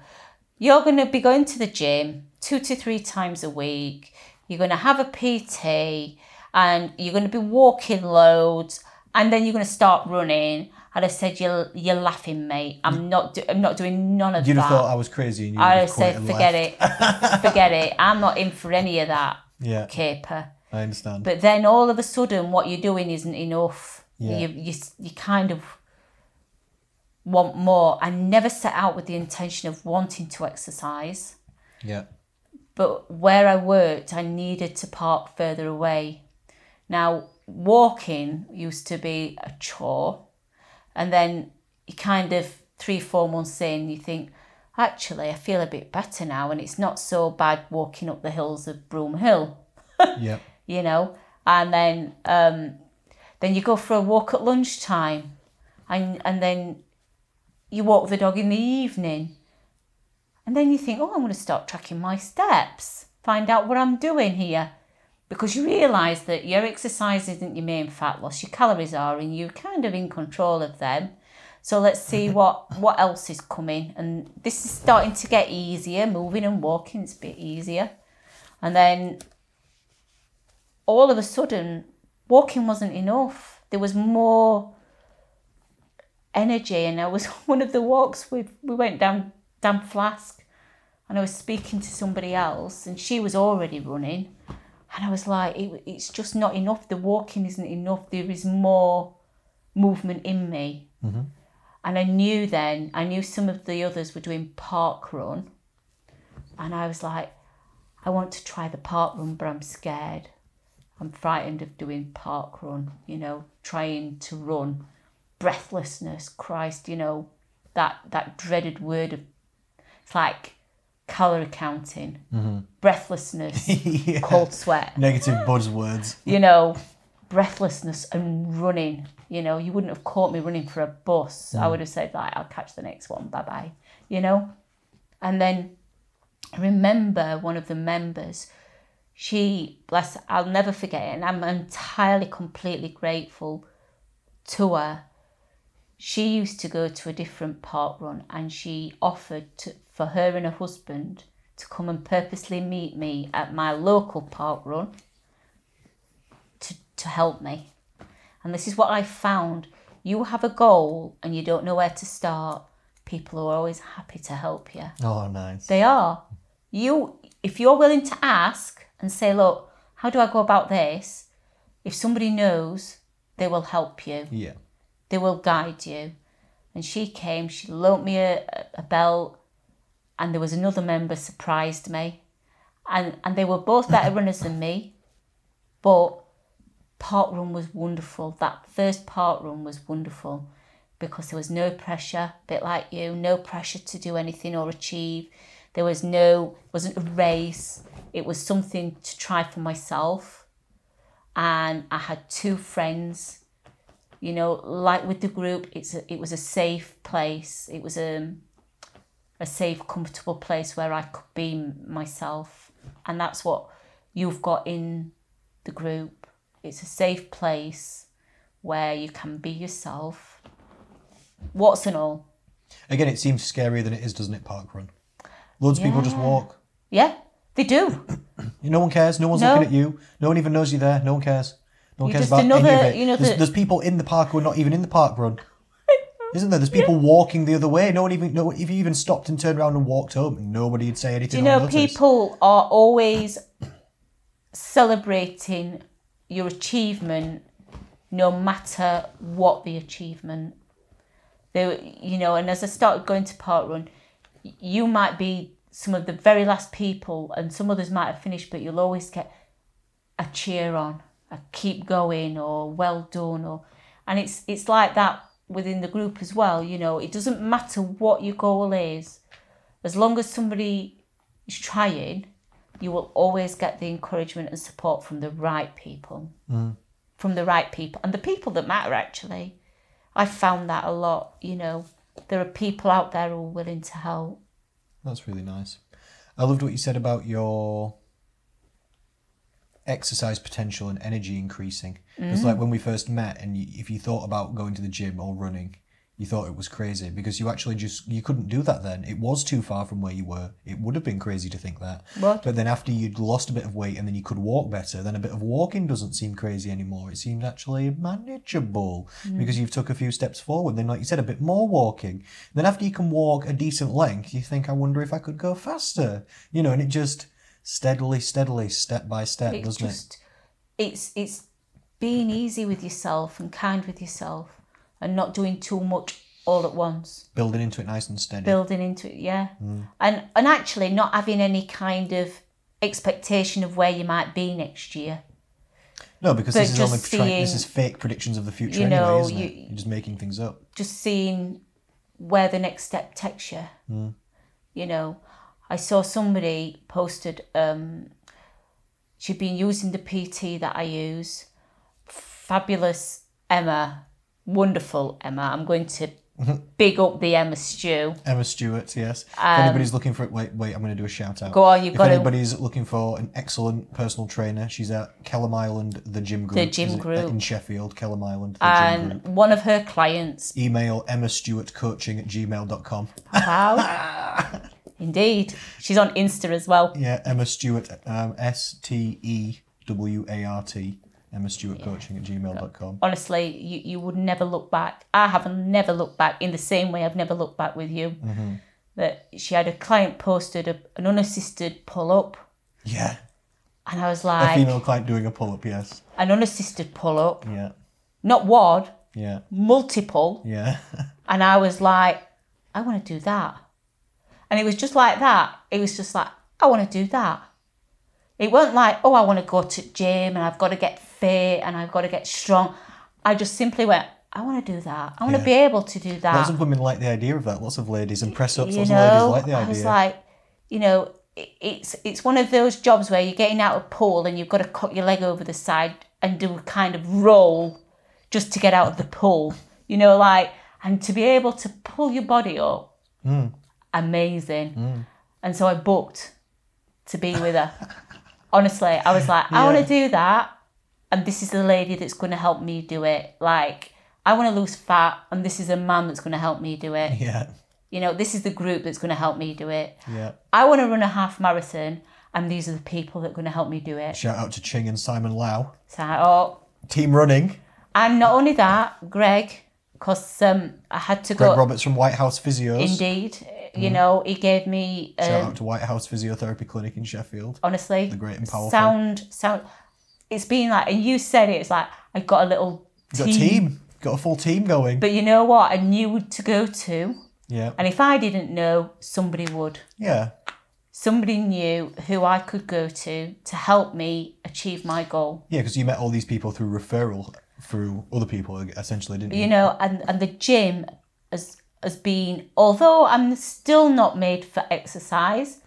Speaker 2: you're going to be going to the gym two to three times a week you're going to have a pt and you're going to be walking loads and then you're going to start running and i said you're you're laughing mate i'm not do, i'm not doing none of
Speaker 3: You'd have
Speaker 2: that
Speaker 3: thought I was crazy, and you would
Speaker 2: i
Speaker 3: have quit
Speaker 2: said
Speaker 3: and
Speaker 2: forget
Speaker 3: left.
Speaker 2: it forget it i'm not in for any of that
Speaker 3: Yeah,
Speaker 2: caper
Speaker 3: I understand.
Speaker 2: but then all of a sudden, what you're doing isn't enough.
Speaker 3: Yeah.
Speaker 2: You, you you kind of want more. I never set out with the intention of wanting to exercise,
Speaker 3: yeah,
Speaker 2: but where I worked, I needed to park further away. Now, walking used to be a chore, and then you kind of three, four months in, you think, actually, I feel a bit better now, and it's not so bad walking up the hills of Broom Hill
Speaker 3: yeah,
Speaker 2: you know and then um then you go for a walk at lunchtime and and then you walk the dog in the evening and then you think oh i'm going to start tracking my steps find out what i'm doing here because you realize that your exercise isn't your main fat loss your calories are and you're kind of in control of them so let's see what what else is coming and this is starting to get easier moving and walking is a bit easier and then all of a sudden, walking wasn't enough. There was more energy, and I was on one of the walks. We we went down down Flask, and I was speaking to somebody else, and she was already running, and I was like, it, it's just not enough. The walking isn't enough. There is more movement in me, and I knew then. I knew some of the others were doing park run, and I was like, I want to try the park run, but I'm scared. I'm frightened of doing park run, you know, trying to run. Breathlessness, Christ, you know, that that dreaded word of it's like calorie counting, breathlessness,
Speaker 3: yeah.
Speaker 2: cold sweat,
Speaker 3: Negative buzzwords.
Speaker 2: you know, breathlessness and running. You know, you wouldn't have caught me running for a bus. I would have said like, I'll catch the next one, bye bye. You know, and then I remember one of the members she bless i'll never forget it and i'm entirely completely grateful to her she used to go to a different park run and she offered to, for her and her husband to come and purposely meet me at my local park run to, to help me and this is what i found you have a goal and you don't know where to start people are always happy to help you
Speaker 3: Oh, nice.
Speaker 2: they are. You, if you're willing to ask and say, look, how do I go about this? If somebody knows, they will help you.
Speaker 3: Yeah,
Speaker 2: They will guide you. And she came. She loaned me a, a belt, and there was another member surprised me, and and they were both better runners than me, but part run was wonderful. That first part run was wonderful because there was no pressure, a bit like you, no pressure to do anything or achieve. There was no wasn't a race. It was something to try for myself. And I had two friends, you know, like with the group, it's a, it was a safe place. It was um a safe, comfortable place where I could be m- myself. And that's what you've got in the group. It's a safe place where you can be yourself. What's and all.
Speaker 3: Again, it seems scarier than it is, doesn't it? Park run. Loads of people just
Speaker 2: Yeah.
Speaker 3: walk.
Speaker 2: Yeah, they do.
Speaker 3: No one cares. No one's
Speaker 2: No.
Speaker 3: looking at you. No one even knows you're there. No one cares. No one
Speaker 2: You're
Speaker 3: cares
Speaker 2: just
Speaker 3: about any
Speaker 2: another-
Speaker 3: of it.
Speaker 2: you know,
Speaker 3: there's,
Speaker 2: the-
Speaker 3: there's people in the park who are not even in the park run. Isn't there? There's people walking the other way. No one even. No, if you even stopped and turned around and walked home, nobody would say
Speaker 2: Do
Speaker 3: anything.
Speaker 2: you
Speaker 3: or
Speaker 2: know
Speaker 3: notice.
Speaker 2: people are always celebrating your achievement no matter what the achievement they you know and as i started going to park run y- you might be some of the very last people and some others might have finished but you'll always get a cheer on a keep going or well done or and it's it's like that within the group as well you know it doesn't matter what your goal is as long as somebody is trying you will always get the encouragement and support from the right people from the right people and the people that matter actually i found that a lot you know there are people out there who are willing to help
Speaker 3: That's really nice. I loved what you said about your exercise potential and energy increasing. It's like when we first met, and you, if you thought about going to the gym or running, you thought it was crazy because you actually just you couldn't do that then. It was too far from where you were. It would have been crazy to think that.
Speaker 2: What?
Speaker 3: But then after you'd lost a bit of weight and then you could walk better, then a bit of walking doesn't seem crazy anymore. It seems actually manageable because you've took a few steps forward. Then, like you said, a bit more walking. Then after you can walk a decent length, you think, I wonder if I could go faster. You know, and it just steadily, steadily, step by step,
Speaker 2: it's
Speaker 3: doesn't it?
Speaker 2: just it's it's being easy with yourself and kind with yourself and not doing too much all at once
Speaker 3: Building into it nice and steady.
Speaker 2: building into it yeah and and actually not having any kind of expectation of where you might be next year
Speaker 3: no, because
Speaker 2: but
Speaker 3: this is
Speaker 2: just
Speaker 3: only tra- this
Speaker 2: seeing-
Speaker 3: is fake predictions of the future
Speaker 2: you
Speaker 3: anyway,
Speaker 2: know,
Speaker 3: isn't it?
Speaker 2: you-
Speaker 3: You're just making things up.
Speaker 2: just seeing where the next step takes you you know i saw somebody posted um she'd been using the pt that i use fabulous emma wonderful emma i'm going to big up the emma stew
Speaker 3: Emma Stewart, yes. if anybody's looking for it, wait, wait, I'm going to do a shout out.
Speaker 2: Um, Go on, you've
Speaker 3: if
Speaker 2: gotta-
Speaker 3: anybody's looking for an excellent personal trainer, she's at Kellam Island, the gym group.
Speaker 2: gym
Speaker 3: is it, uh,
Speaker 2: group.
Speaker 3: In Sheffield, Kellam Island, the gym group.
Speaker 2: and one of her clients
Speaker 3: Email Emma Stewart coaching at gmail.com.
Speaker 2: Wow. Indeed. She's on Insta as well.
Speaker 3: Yeah, Emma Stewart, um, S T E W A R T, Emma Stewart coaching at gmail.com.
Speaker 2: Honestly, you, you would never look back. I have never looked back in the same way I've never looked back with you.
Speaker 3: Mm-hmm.
Speaker 2: That she had a client posted a, an unassisted pull up,
Speaker 3: Yeah,
Speaker 2: and I was
Speaker 3: a
Speaker 2: like,
Speaker 3: female client doing a pull up, yes.
Speaker 2: an unassisted pull up,
Speaker 3: Yeah,
Speaker 2: not one,
Speaker 3: yeah,
Speaker 2: multiple.
Speaker 3: yeah.
Speaker 2: And I was like, I want to do that. And it was just like that. It was just like, I want to do that. It wasn't like, oh, I want to go to gym and I've got to get fit and I've got to get strong. I just simply went, I want to do that. I want
Speaker 3: Yeah.
Speaker 2: to be able to do that.
Speaker 3: Lots of women like the idea of that. Lots of ladies and press ups,
Speaker 2: you
Speaker 3: lots
Speaker 2: know,
Speaker 3: of ladies like the
Speaker 2: I was
Speaker 3: idea.
Speaker 2: like, you know, it, it's it's one of those jobs where you're getting out of pool and you've got to cut your leg over the side and do a kind of roll just to get out of the pool. You know, like and to be able to pull your body up,
Speaker 3: Mm.
Speaker 2: amazing. And so I booked to be with her. Honestly, I was like, I want to do that, and this is the lady that's going to help me do it. Like, I want to lose fat, and this is a man that's going to help me do it
Speaker 3: yeah,
Speaker 2: you know, this is the group that's going to help me do it.
Speaker 3: yeah.
Speaker 2: I want to run a half marathon, and these are the people that are going to help me do it.
Speaker 3: Shout out to Ching and Simon Lau.
Speaker 2: So, oh,
Speaker 3: Team running.
Speaker 2: and not only that, Greg, because um, I had to
Speaker 3: Greg
Speaker 2: go.
Speaker 3: Roberts from White House Physios.
Speaker 2: Indeed, you know, he gave me
Speaker 3: Shout
Speaker 2: um,
Speaker 3: out to White House Physiotherapy Clinic in Sheffield.
Speaker 2: honestly
Speaker 3: The great and powerful.
Speaker 2: sound. Sound. It's been like, and you said it. It's like I got a little
Speaker 3: We've Got a team. Got a full team going.
Speaker 2: But you know what? I knew to go to,
Speaker 3: yeah.
Speaker 2: and if I didn't know, somebody would.
Speaker 3: Yeah.
Speaker 2: Somebody knew who I could go to to help me achieve my goal.
Speaker 3: Yeah, because you met all these people through referral through other people, essentially, didn't you?
Speaker 2: you know and and the gym has has been although i'm still not made for exercise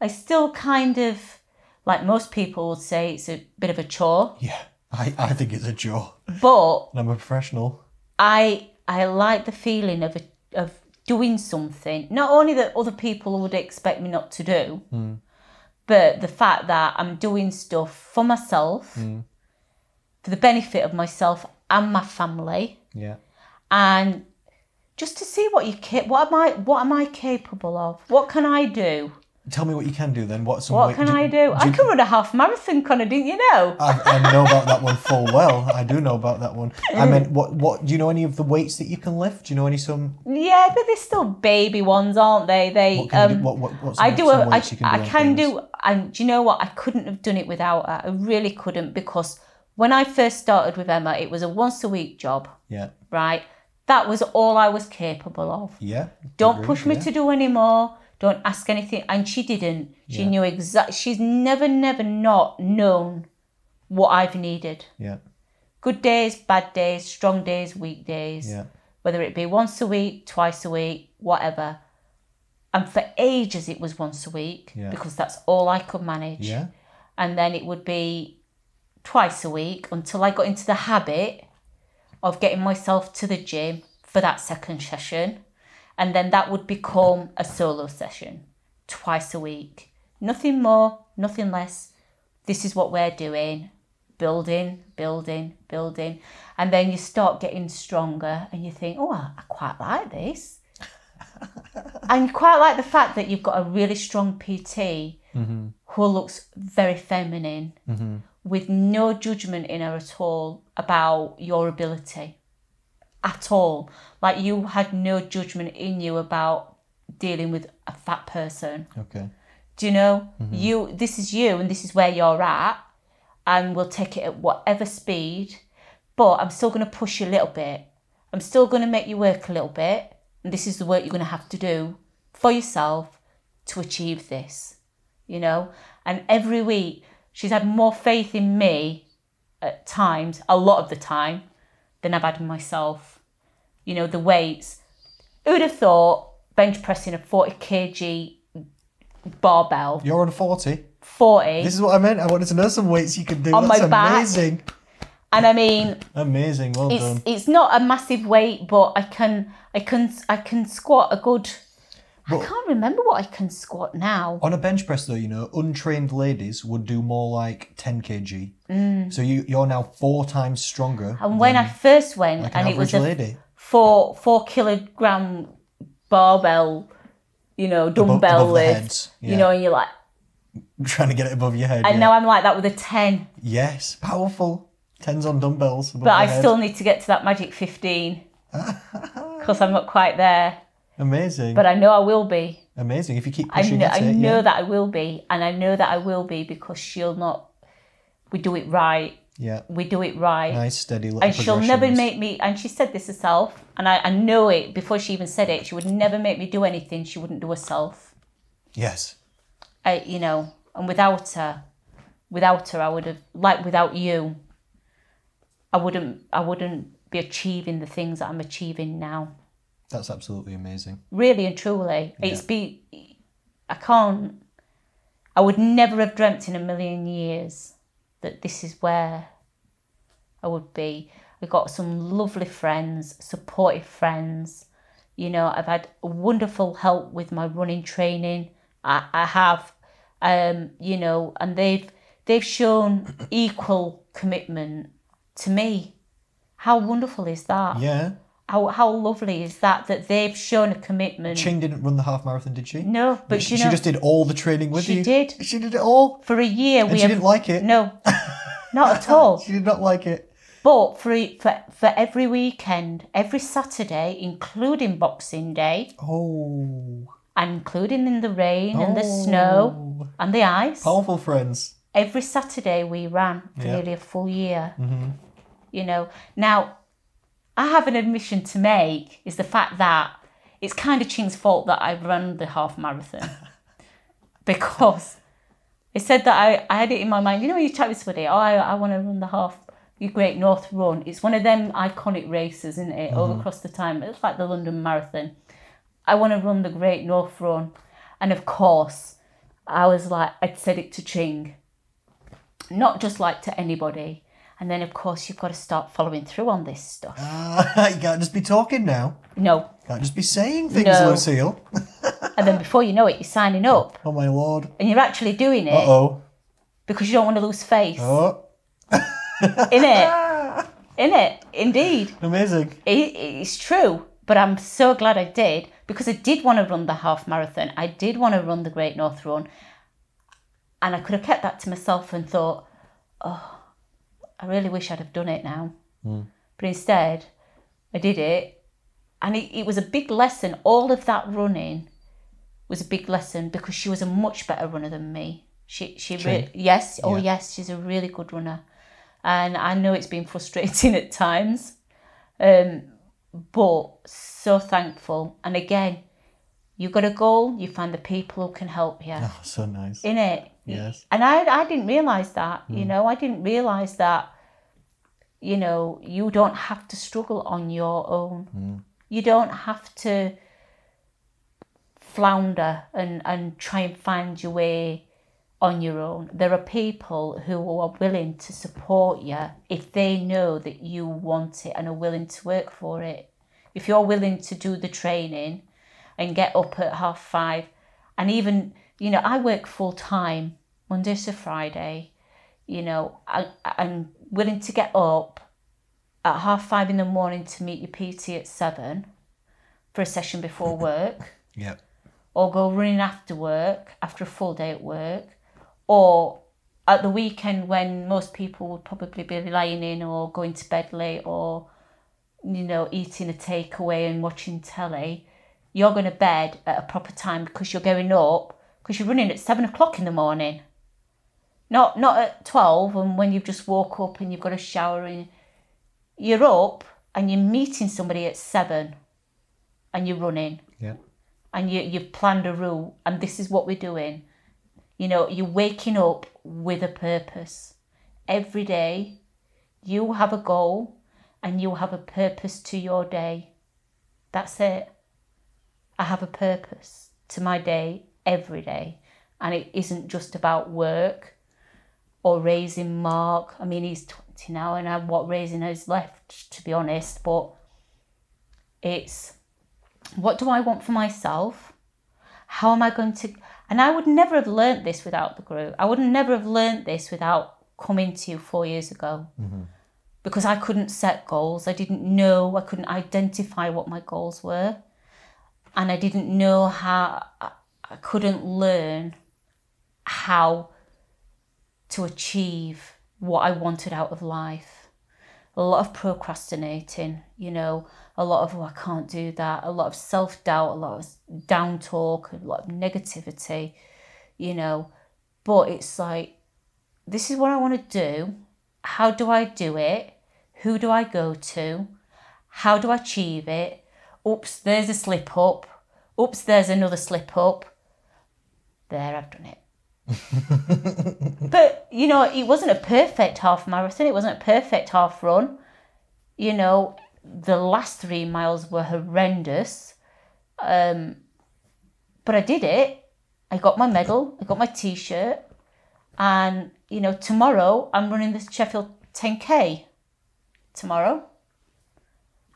Speaker 2: i still kind of like most people would say it's a bit of a chore
Speaker 3: Yeah. I, I think it's a chore.
Speaker 2: but
Speaker 3: And I'm a professional.
Speaker 2: i i like the feeling of a, of doing something, not only that other people would expect me not to do, but the fact that I'm doing stuff for myself, for the benefit of myself and my family,
Speaker 3: Yeah.
Speaker 2: and just to see what you ca- what am I what am I capable of? What can I do?
Speaker 3: Tell me what you can do then. What's some
Speaker 2: What
Speaker 3: way-
Speaker 2: can I do? I can run a half marathon, Connor. Didn't you know?
Speaker 3: I, I know about that one full well. I do know about that one. I
Speaker 2: Mm.
Speaker 3: meant, what? What? Do you know any of the weights that you can lift? Do you know any some?
Speaker 2: yeah, but they're still baby ones, aren't they? They
Speaker 3: What can you
Speaker 2: um,
Speaker 3: do? What? What? What's
Speaker 2: I do.
Speaker 3: Some
Speaker 2: A, I,
Speaker 3: weights you
Speaker 2: I
Speaker 3: on
Speaker 2: can
Speaker 3: things?
Speaker 2: do. And do you know what? I couldn't have done it without her. I really couldn't because when I first started with Emma, it was a once a week job,
Speaker 3: Yeah.
Speaker 2: right? That was all I was capable of.
Speaker 3: Yeah.
Speaker 2: Don't
Speaker 3: Agreed,
Speaker 2: push me
Speaker 3: yeah.
Speaker 2: to do any more. Don't ask anything. And she didn't. She
Speaker 3: Yeah.
Speaker 2: knew exact. She's never, never not known what I've needed.
Speaker 3: Yeah.
Speaker 2: Good days, bad days, strong days, weak days
Speaker 3: Yeah.
Speaker 2: whether it be once a week, twice a week, whatever. And for ages, it was once a week
Speaker 3: Yeah.
Speaker 2: because that's all I could manage.
Speaker 3: Yeah.
Speaker 2: And then it would be twice a week until I got into the habit of getting myself to the gym for that second session. And then that would become a solo session twice a week. Nothing more, nothing less. This is what we're doing building, building, building. And then you start getting stronger and you think, oh, I, I quite like this. and you quite like the fact that you've got a really strong PT who looks very feminine with no judgment in her at all about your ability at all. Like you had no judgment in you about dealing with a fat person.
Speaker 3: Okay.
Speaker 2: Do you know? You this is you and this is where you're at and we'll take it at whatever speed, but I'm still gonna push you a little bit. I'm still gonna make you work a little bit, and this is the work you're gonna have to do for yourself to achieve this. You know? And every week she's had more faith in me at times, a lot of the time, than I've had in myself. You know, the weights. Who'd have thought bench pressing a 40 kg barbell
Speaker 3: You're on forty.
Speaker 2: 40
Speaker 3: This is what I meant. I wanted to know some weights you could do.
Speaker 2: On
Speaker 3: That's
Speaker 2: my back.
Speaker 3: amazing.
Speaker 2: and i mean
Speaker 3: Amazing. Well
Speaker 2: it's
Speaker 3: done.
Speaker 2: it's not a massive weight but i can i can i can squat a good i can't remember what i can squat now
Speaker 3: On a bench press, though, you know, untrained ladies would do more like 10 kg.
Speaker 2: Mm.
Speaker 3: So you, you're now four times stronger
Speaker 2: and when i first went
Speaker 3: Oh, like an
Speaker 2: and it
Speaker 3: average
Speaker 2: was a
Speaker 3: lady.
Speaker 2: four four kilogram barbell you know dumbbell
Speaker 3: above the
Speaker 2: lift
Speaker 3: heads, yeah.
Speaker 2: you know and you're like
Speaker 3: Trying to get it above your head.
Speaker 2: and
Speaker 3: yeah.
Speaker 2: now i'm like that with a 10
Speaker 3: Yes, powerful. Tens on dumbbells. Above
Speaker 2: but i
Speaker 3: the head.
Speaker 2: still need to get to that magic 15 because i'm not quite there
Speaker 3: Amazing.
Speaker 2: but i know i will be
Speaker 3: Amazing. If you keep
Speaker 2: I
Speaker 3: pushing
Speaker 2: know,
Speaker 3: at
Speaker 2: I
Speaker 3: it,
Speaker 2: know
Speaker 3: yeah.
Speaker 2: that I will be, and I know that I will be because she'll not. We do it right.
Speaker 3: yeah.
Speaker 2: We do it right,
Speaker 3: Nice, steady little
Speaker 2: and she'll never
Speaker 3: progressions.
Speaker 2: make me. And she said this herself, and I, I know it before she even said it. She would never make me do anything she wouldn't do herself.
Speaker 3: Yes.
Speaker 2: I, you know, and without her, without her, I would have like without you. I wouldn't. I wouldn't be achieving the things that I'm achieving now.
Speaker 3: That's absolutely amazing.
Speaker 2: really and truly it's be i can't i would never have dreamt in a million years that this is where i would be i got some lovely friends supportive friends you know i've had wonderful help with my running training i, I have um you know and they've they've shown equal commitment to me how wonderful is that
Speaker 3: Yeah.
Speaker 2: how how lovely is that that they've shown a commitment?
Speaker 3: Ching didn't run the half marathon, did she?
Speaker 2: no, but
Speaker 3: she,
Speaker 2: you
Speaker 3: she
Speaker 2: know,
Speaker 3: just did all the training with
Speaker 2: She
Speaker 3: you.
Speaker 2: did.
Speaker 3: She did it all.
Speaker 2: for a year
Speaker 3: And
Speaker 2: we
Speaker 3: she
Speaker 2: have
Speaker 3: didn't like it.
Speaker 2: no, not at all.
Speaker 3: She did not like it.
Speaker 2: But for e- for for every weekend, every Saturday, including Boxing Day,
Speaker 3: Oh.
Speaker 2: and including in the rain and the snow
Speaker 3: Oh.
Speaker 2: and the ice,
Speaker 3: Powerful friends.
Speaker 2: every Saturday we ran for
Speaker 3: Yeah.
Speaker 2: nearly a full year. You know, now I have an admission to make is the fact that it's kind of Ching's fault that I ran the half marathon because it said that I, I had it in my mind. You know, when you chat with somebody, oh, I, I want to run the half. Your Great North Run. It's one of them iconic races, isn't it? All across the time. It's like the London Marathon. I want to run the Great North Run. And of course, I was like, I'd said it to Ching, not just like to anybody. And then, of course, you've got to start following through on this stuff.
Speaker 3: Ah, you can't just be talking now.
Speaker 2: No,
Speaker 3: Can't just be saying things,
Speaker 2: No.
Speaker 3: Lucille.
Speaker 2: And then before you know it, you're signing up
Speaker 3: Oh my lord.
Speaker 2: and you're actually doing it
Speaker 3: Uh oh.
Speaker 2: because you don't want to lose face.
Speaker 3: Oh,
Speaker 2: In it. In it. Indeed.
Speaker 3: amazing.
Speaker 2: It, it's true, but I'm so glad I did because I did want to run the half marathon. I did want to run the Great North Run. And I could have kept that to myself and thought, oh, I really wish I'd have done it now. But instead, I did it. And it, it was a big lesson. All of that running was a big lesson because she was a much better runner than me. She, she, re- yes, oh,
Speaker 3: Yeah.
Speaker 2: yes, she's a really good runner. And I know it's been frustrating at times. Um, but so thankful. And again, you got a goal, you find the people who can help you
Speaker 3: Oh, so nice.
Speaker 2: in it.
Speaker 3: Yes.
Speaker 2: And I, I didn't realize that, you know, I didn't realize that, you know, you don't have to struggle on your own. You don't have to flounder and, and try and find your way on your own. There are people who are willing to support you if they know that you want it and are willing to work for it. If you're willing to do the training and get up at half five, and even, you know, I work full time, Monday to Friday, you know, I, I'm willing to get up at half five in the morning to meet your PT at seven for a session before work
Speaker 3: Yep.
Speaker 2: or go running after work, after a full day at work, or at the weekend when most people would probably be lying in or going to bed late or, you know, eating a takeaway and watching telly, you're going to bed at a proper time because you're going up because you're running at seven o'clock in the morning. Not not at twelve and when you've just woke up and you've got a shower and you're up and you're meeting somebody at seven and you're running
Speaker 3: Yep.
Speaker 2: and you, you've planned a route and this is what we're doing. You know, you're waking up with a purpose. Every day, you have a goal and you have a purpose to your day. That's it. I have a purpose to my day every day. And it isn't just about work or raising Mark. I mean, he's 20 now and I, what raising has left, to be honest, but it's what do I want for myself? How am I going to? And I would never have learnt this without the group. I would never have learnt this without coming to you four years ago because I couldn't set goals. I didn't know, I couldn't identify what my goals were. And I didn't know how, I I couldn't learn how to achieve what I wanted out of life a lot of procrastinating, you know, a lot of, oh, I can't do that, a lot of self doubt, a lot of down talk, a lot of negativity, you know. But it's like, this is what I want to do. How do I do it? Who do I go to? How do I achieve it? Oops, there's a slip up. Oops, there's another slip up. There, I've done it. But you know, it wasn't a perfect half marathon. It wasn't a perfect half run. You know, the last three miles were horrendous, um, but I did it. I got my medal. I got my T-shirt, and you know, tomorrow I'm running the Sheffield 10k. Tomorrow,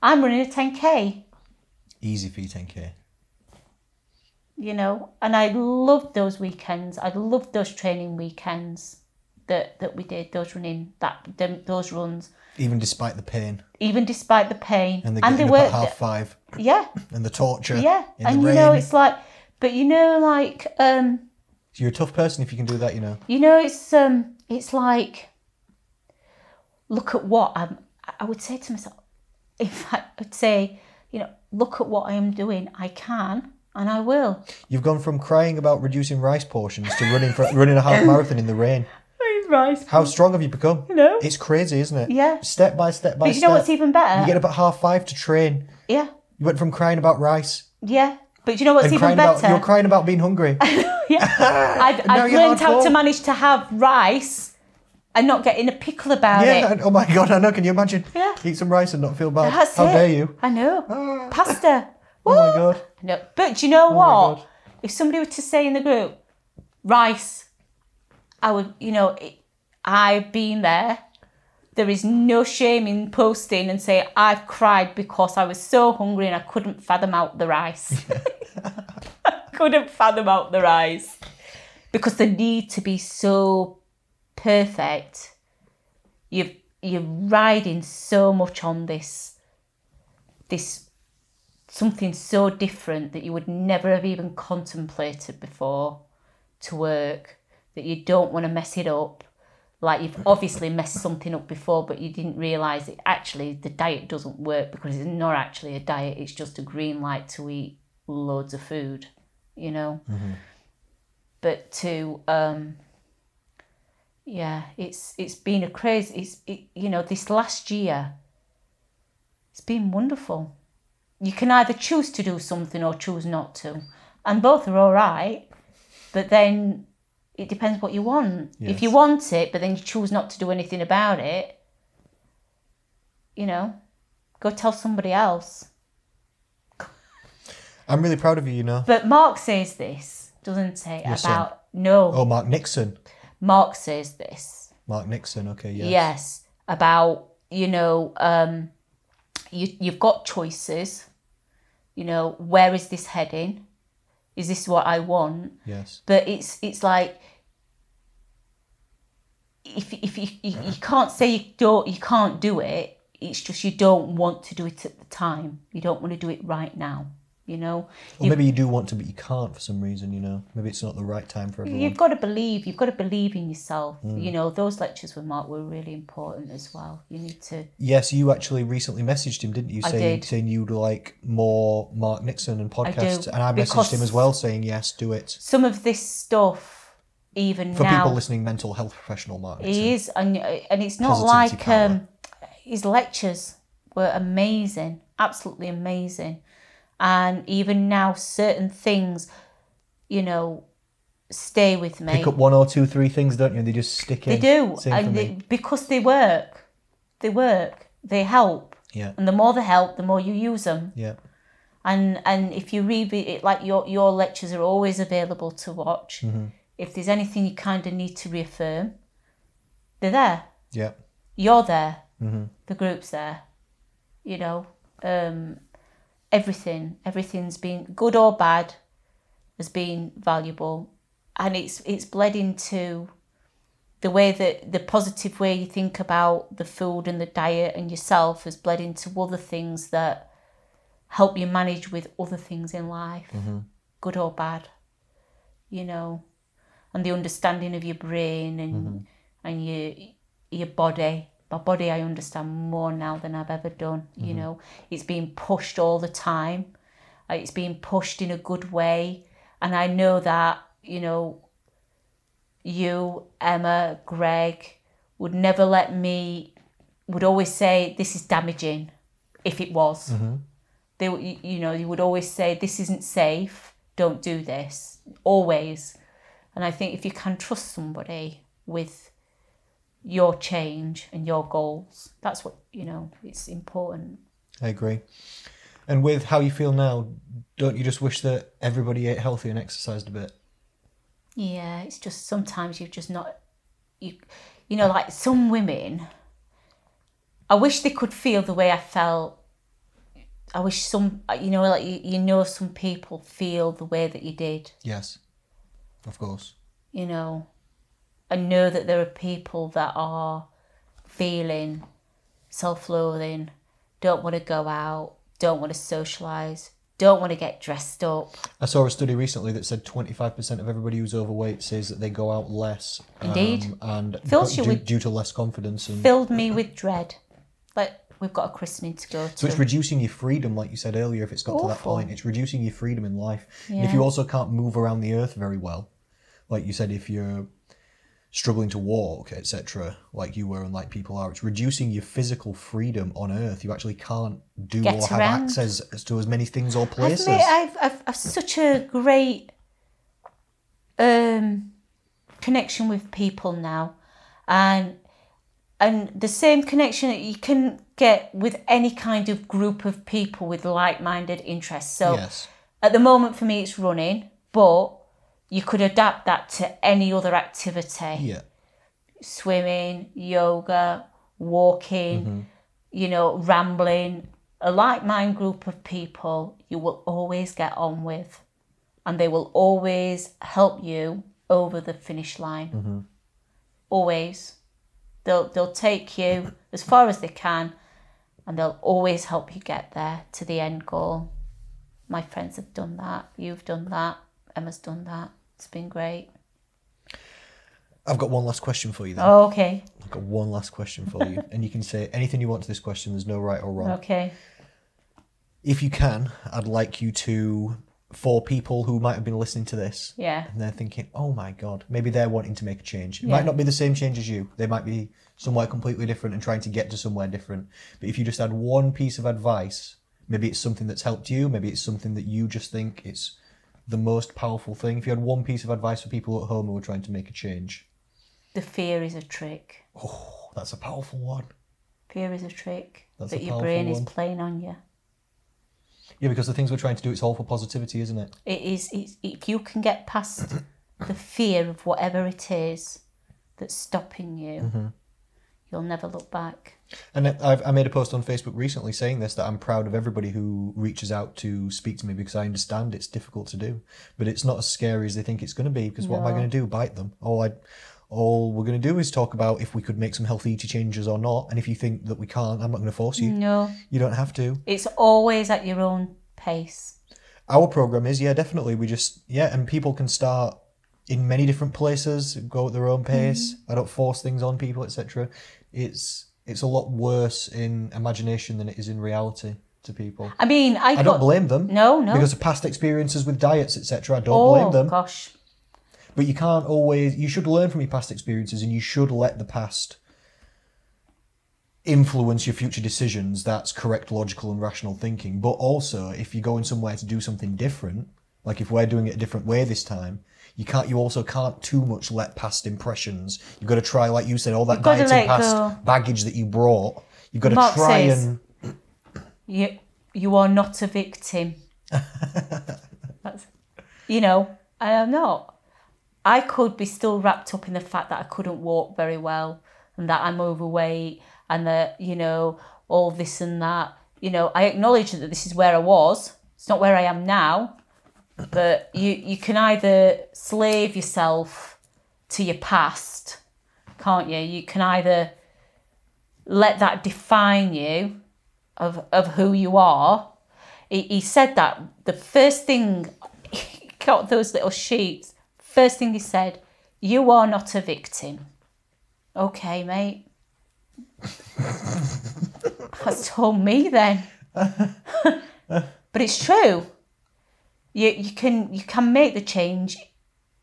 Speaker 2: I'm running a 10k.
Speaker 3: Easy for you, 10K.
Speaker 2: you know and i loved those weekends i loved those training weekends that that we did those running that them, those runs
Speaker 3: Even despite the pain
Speaker 2: even despite the pain
Speaker 3: and the getting up at half five
Speaker 2: yeah
Speaker 3: and the torture.
Speaker 2: yeah
Speaker 3: In
Speaker 2: and
Speaker 3: the
Speaker 2: you
Speaker 3: rain.
Speaker 2: know it's like but you know like um
Speaker 3: You're a tough person if you can do that, you know.
Speaker 2: You know, it's um, it's like, look at what I'm. I would say to myself, in fact, I'd say, you know, look at what I am doing. I can and I will.
Speaker 3: You've gone from crying about reducing rice portions to running for, running a half marathon in the rain.
Speaker 2: Right.
Speaker 3: How strong have you become?
Speaker 2: know?
Speaker 3: It's crazy, isn't it?
Speaker 2: Yeah.
Speaker 3: Step by step by
Speaker 2: But you
Speaker 3: step.
Speaker 2: know what's even better?
Speaker 3: you get up at half five to train.
Speaker 2: yeah,
Speaker 3: You went from crying about rice
Speaker 2: yeah. But you know what's
Speaker 3: and
Speaker 2: even
Speaker 3: crying
Speaker 2: better?
Speaker 3: about you're crying about being hungry.
Speaker 2: I've,
Speaker 3: now
Speaker 2: I've
Speaker 3: you're
Speaker 2: learned how to
Speaker 3: hardcore.
Speaker 2: manage to have rice and not get in a pickle about
Speaker 3: yeah.
Speaker 2: it.
Speaker 3: and- oh my god, I know. Can you imagine?
Speaker 2: Yeah.
Speaker 3: Eat some rice and not feel bad.
Speaker 2: That's
Speaker 3: How
Speaker 2: it.
Speaker 3: dare you?
Speaker 2: I know. Pasta.
Speaker 3: Oh my
Speaker 2: Woo!
Speaker 3: god.
Speaker 2: No, but do you
Speaker 3: Oh
Speaker 2: know
Speaker 3: my
Speaker 2: what?
Speaker 3: God.
Speaker 2: If somebody were to say in the group, rice, I would, you know, it, I've been there. There is no shame in posting and say I've cried because I was so hungry and I couldn't fathom out the rice. I couldn't fathom out the rice because the need to be so perfect. You you're riding so much on this this something so different that you would never have even contemplated before to work that you don't want to mess it up like you've obviously messed something up before but you didn't realize it actually the diet doesn't work because it's not actually a diet it's just a green light to eat loads of food you know but to um yeah it's it's been a crazy it's it, you know this last year it's been wonderful you can either choose to do something or choose not to and both are all right but then it depends what you want if you
Speaker 3: Yes.
Speaker 2: want it but then you choose not to do anything about it you know go tell somebody else
Speaker 3: I'm really proud of you, you know.
Speaker 2: but mark says this doesn't he
Speaker 3: Your son.
Speaker 2: about no
Speaker 3: Oh, Mark Nixon.
Speaker 2: mark says this
Speaker 3: Mark Nixon. Okay, yeah.
Speaker 2: yes, about you know um you you've got choices you know where is this heading is this what i want
Speaker 3: Yes.
Speaker 2: but it's it's like if if you, you, you can't say you don't you can't do it it's just you don't want to do it at the time you don't want to do it right now you know
Speaker 3: Or maybe you do want to, but you can't for some reason, you know. Maybe it's not the right time for everyone.
Speaker 2: You've got to believe. You've got to believe in yourself.
Speaker 3: Hmm.
Speaker 2: You know, those lectures with Mark were really important as well. You need to
Speaker 3: Yes, you actually recently messaged him, didn't you?
Speaker 2: I
Speaker 3: Saying,
Speaker 2: did.
Speaker 3: saying you'd like more Mark Nixon and podcasts.
Speaker 2: do,
Speaker 3: And I messaged
Speaker 2: because-
Speaker 3: him as well, saying, yes, do it.
Speaker 2: some of this stuff even
Speaker 3: For
Speaker 2: now
Speaker 3: people listening, mental health professional Mark Nixon.
Speaker 2: he is and, and it's not
Speaker 3: Positivity
Speaker 2: like um, his lectures were amazing absolutely amazing and even now certain things you know stay with me
Speaker 3: Pick up one or two, three things, don't you? And they just stick in.
Speaker 2: they do
Speaker 3: Same for me.
Speaker 2: and they, because they work they work they help
Speaker 3: Yeah,
Speaker 2: and the more they help the more you use them
Speaker 3: yeah.
Speaker 2: and and if you read it like your your lectures are always available to watch
Speaker 3: Mm-hmm.
Speaker 2: if there's anything you kind of need to reaffirm they're there
Speaker 3: Yeah,
Speaker 2: you're there the group's there you know um everything everything's been good or bad has been valuable and it's it's bled into the way that the positive way you think about the food and the diet and yourself has bled into other things that help you manage with other things in life good or bad you know and the understanding of your brain and and your your body my body i understand more now than i've ever done you know it's being pushed all the time Uh, it's being pushed in a good way and i know that you know you emma greg would never let me would always say this is damaging if it was they would- you- you know you would always say this isn't safe don't do this always and i think if you can trust somebody with your change and your goals that's what you know it's important
Speaker 3: I agree. And with how you feel now, don't you just wish that everybody ate healthy and exercised a bit?
Speaker 2: yeah it's just sometimes you've just not you you know like some women i wish they could feel the way i felt i wish some you know like you, you know some people feel the way that you did
Speaker 3: Yes, of course.
Speaker 2: you know, I know that there are people that are feeling self loathing, don't want to go out, don't want to socialise, don't want to get dressed up
Speaker 3: I saw a study recently that said 25% of everybody who's overweight says that they go out less. um,
Speaker 2: Indeed.
Speaker 3: and
Speaker 2: Fills
Speaker 3: due,
Speaker 2: you with-
Speaker 3: due to less confidence. And,
Speaker 2: filled me with dread. Like, we've got a christening to go
Speaker 3: so
Speaker 2: to.
Speaker 3: it's reducing your freedom, like you said earlier, if it's got to that
Speaker 2: Awful.
Speaker 3: point. It's reducing your freedom in life. And if you
Speaker 2: Yeah.
Speaker 3: also can't move around the earth very well, like you said, if you're struggling to walk, etc., like you were and like people are, it's reducing your physical freedom on earth. You actually can't do
Speaker 2: Get
Speaker 3: or have
Speaker 2: around.
Speaker 3: access as to as many things or
Speaker 2: I've,
Speaker 3: places.
Speaker 2: made, I've, I've, I've such a great um, connection with people now, and and the same connection that you can get with any kind of group of people with like-minded interests. So
Speaker 3: Yes.
Speaker 2: at the moment, for me, it's running, but you could adapt that to any other activity
Speaker 3: Yeah.
Speaker 2: swimming, yoga, walking, you know, rambling, a like minded group of people you will always get on with and they will always help you over the finish line. Always. They'll, they'll take you as far as they can and they'll always help you get there to the end goal. My friends have done that. You've done that. Emma's done that. It's been great.
Speaker 3: I've got one last question for you then.
Speaker 2: Oh, okay.
Speaker 3: I've got one last question for you. and you can say anything you want to this question. There's no right or wrong.
Speaker 2: Okay.
Speaker 3: If you can, I'd like you to, for people who might have been listening to this,
Speaker 2: Yeah.
Speaker 3: and they're thinking, oh my God, maybe they're wanting to make a change. It
Speaker 2: Yeah.
Speaker 3: might not be the same change as you. They might be somewhere completely different and trying to get to somewhere different. But if you just had one piece of advice, maybe it's something that's helped you, maybe it's something that you just think it's the most powerful thing. If you had one piece of advice for people at home who are trying to make a change,
Speaker 2: The fear is a trick.
Speaker 3: oh, that's a powerful one.
Speaker 2: Fear is a trick
Speaker 3: That's
Speaker 2: that
Speaker 3: a
Speaker 2: your brain
Speaker 3: powerful
Speaker 2: is
Speaker 3: one.
Speaker 2: playing on you.
Speaker 3: Yeah, because the things we're trying to do, it's all for positivity, isn't it?
Speaker 2: It is. It's, if you can get past the fear of whatever it is that's stopping you,
Speaker 3: Mm-hmm.
Speaker 2: you'll never look back.
Speaker 3: And I've, I made a post on Facebook recently saying this that I'm proud of everybody who reaches out to speak to me because I understand it's difficult to do, but it's not as scary as they think it's going to be. Because what am I
Speaker 2: No.
Speaker 3: going to do? Bite them? All I, all we're going to do is talk about if we could make some healthy eating changes or not. And if you think that we can't, I'm not going to force you.
Speaker 2: No,
Speaker 3: You don't have to.
Speaker 2: it's always at your own pace.
Speaker 3: Our program is yeah, definitely. We just yeah, and people can start in many different places, go at their own
Speaker 2: Mm-hmm.
Speaker 3: pace. I don't force things on people, etc. It's it's a lot worse in imagination than it is in reality to people.
Speaker 2: I mean, I,
Speaker 3: I
Speaker 2: got
Speaker 3: don't blame them.
Speaker 2: no, no.
Speaker 3: Because of past experiences with diets, etc. I don't
Speaker 2: oh
Speaker 3: blame them.
Speaker 2: gosh,
Speaker 3: But you can't always. You should learn from your past experiences, and you should let the past influence your future decisions. That's correct, logical, and rational thinking. But also, if you're going somewhere to do something different, like if we're doing it a different way this time, you can't. You also can't too much let past impressions. You've got to try, like you said, all that
Speaker 2: You've gotta
Speaker 3: dieting
Speaker 2: let
Speaker 3: past
Speaker 2: go.
Speaker 3: baggage that you brought. You've got to
Speaker 2: Mark
Speaker 3: try
Speaker 2: says-
Speaker 3: and.
Speaker 2: you you are not a victim. That's, you know, I am not. I could be still wrapped up in the fact that I couldn't walk very well and that I'm overweight and that, you know, all this and that. You know, I acknowledge that this is where I was. It's not where I am now. But you, you can either slave yourself to your past, can't you? You can either let that define you of of who you are. He, he said that the first thing he got those little sheets. First thing he said, "You are not a victim." Okay, mate. That's told me then. but it's true. You you can you can make the change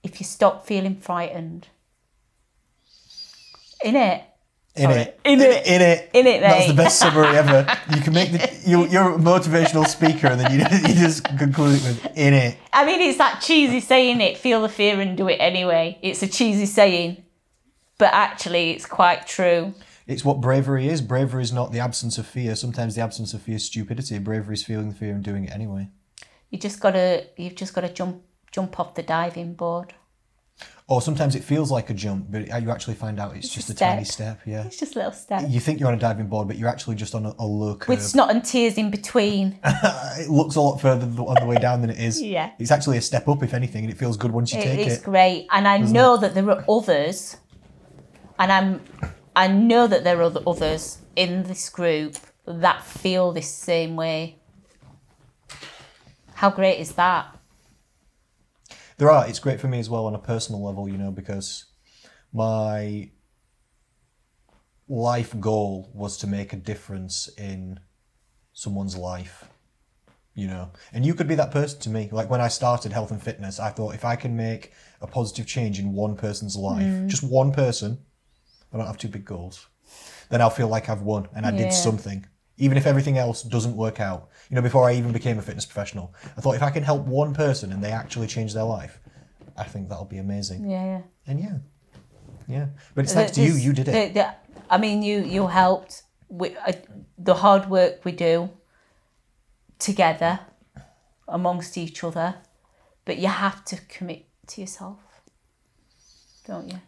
Speaker 2: if you stop feeling frightened. In it.
Speaker 3: In
Speaker 2: Sorry.
Speaker 3: it. In it. In it.
Speaker 2: In it,
Speaker 3: That's the
Speaker 2: mate.
Speaker 3: best summary ever. You can make the you, you're a motivational speaker, and then you, you just conclude it with "in it."
Speaker 2: I mean, it's that cheesy saying it, feel the fear and do it anyway. It's a cheesy saying, but actually, it's quite true.
Speaker 3: It's what bravery is. Bravery is not the absence of fear. Sometimes the absence of fear is stupidity. Bravery is feeling the fear and doing it anyway.
Speaker 2: You just gotta, you've just gotta jump, jump off the diving board.
Speaker 3: Or sometimes it feels like a jump, but you actually find out it's, just a,
Speaker 2: step.
Speaker 3: tiny step. Yeah.
Speaker 2: It's just a little step.
Speaker 3: You think you're on a diving board, but you're actually just on a, a low curve.
Speaker 2: With snot and tears in between.
Speaker 3: It looks a lot further th- on the way down than it is.
Speaker 2: Yeah.
Speaker 3: It's actually a step up, if anything, and it feels good once you
Speaker 2: It
Speaker 3: take
Speaker 2: is
Speaker 3: it.
Speaker 2: great, and I know that there are others, and I'm, I know that there are other- others in this group that feel this same way. How great is that?
Speaker 3: There are. It's great for me as well on a personal level, you know, because my life goal was to make a difference in someone's life, you know. And you could be that person to me. Like when I started health and fitness, I thought if I can make a positive change in one person's life, just one person, I don't have two big goals, then I'll feel like I've won and I
Speaker 2: Yeah.
Speaker 3: did something. Even if everything else doesn't work out. You know, before I even became a fitness professional, I thought if I can help one person and they actually change their life, I think that'll be amazing.
Speaker 2: Yeah.
Speaker 3: And yeah. Yeah. But it's
Speaker 2: the-
Speaker 3: thanks to you,
Speaker 2: this-
Speaker 3: you did it.
Speaker 2: the- the- I mean, you you helped with uh, the hard work we do together amongst each other, but you have to commit to yourself, don't you?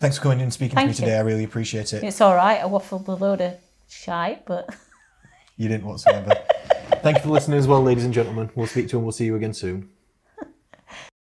Speaker 3: Thanks for coming in and speaking
Speaker 2: Thank
Speaker 3: to me
Speaker 2: you.
Speaker 3: today. I really appreciate it.
Speaker 2: It's all right. I waffled a load of shite, but
Speaker 3: You didn't whatsoever. Thank you for listening as well, ladies and gentlemen. We'll speak to you and we'll see you again soon.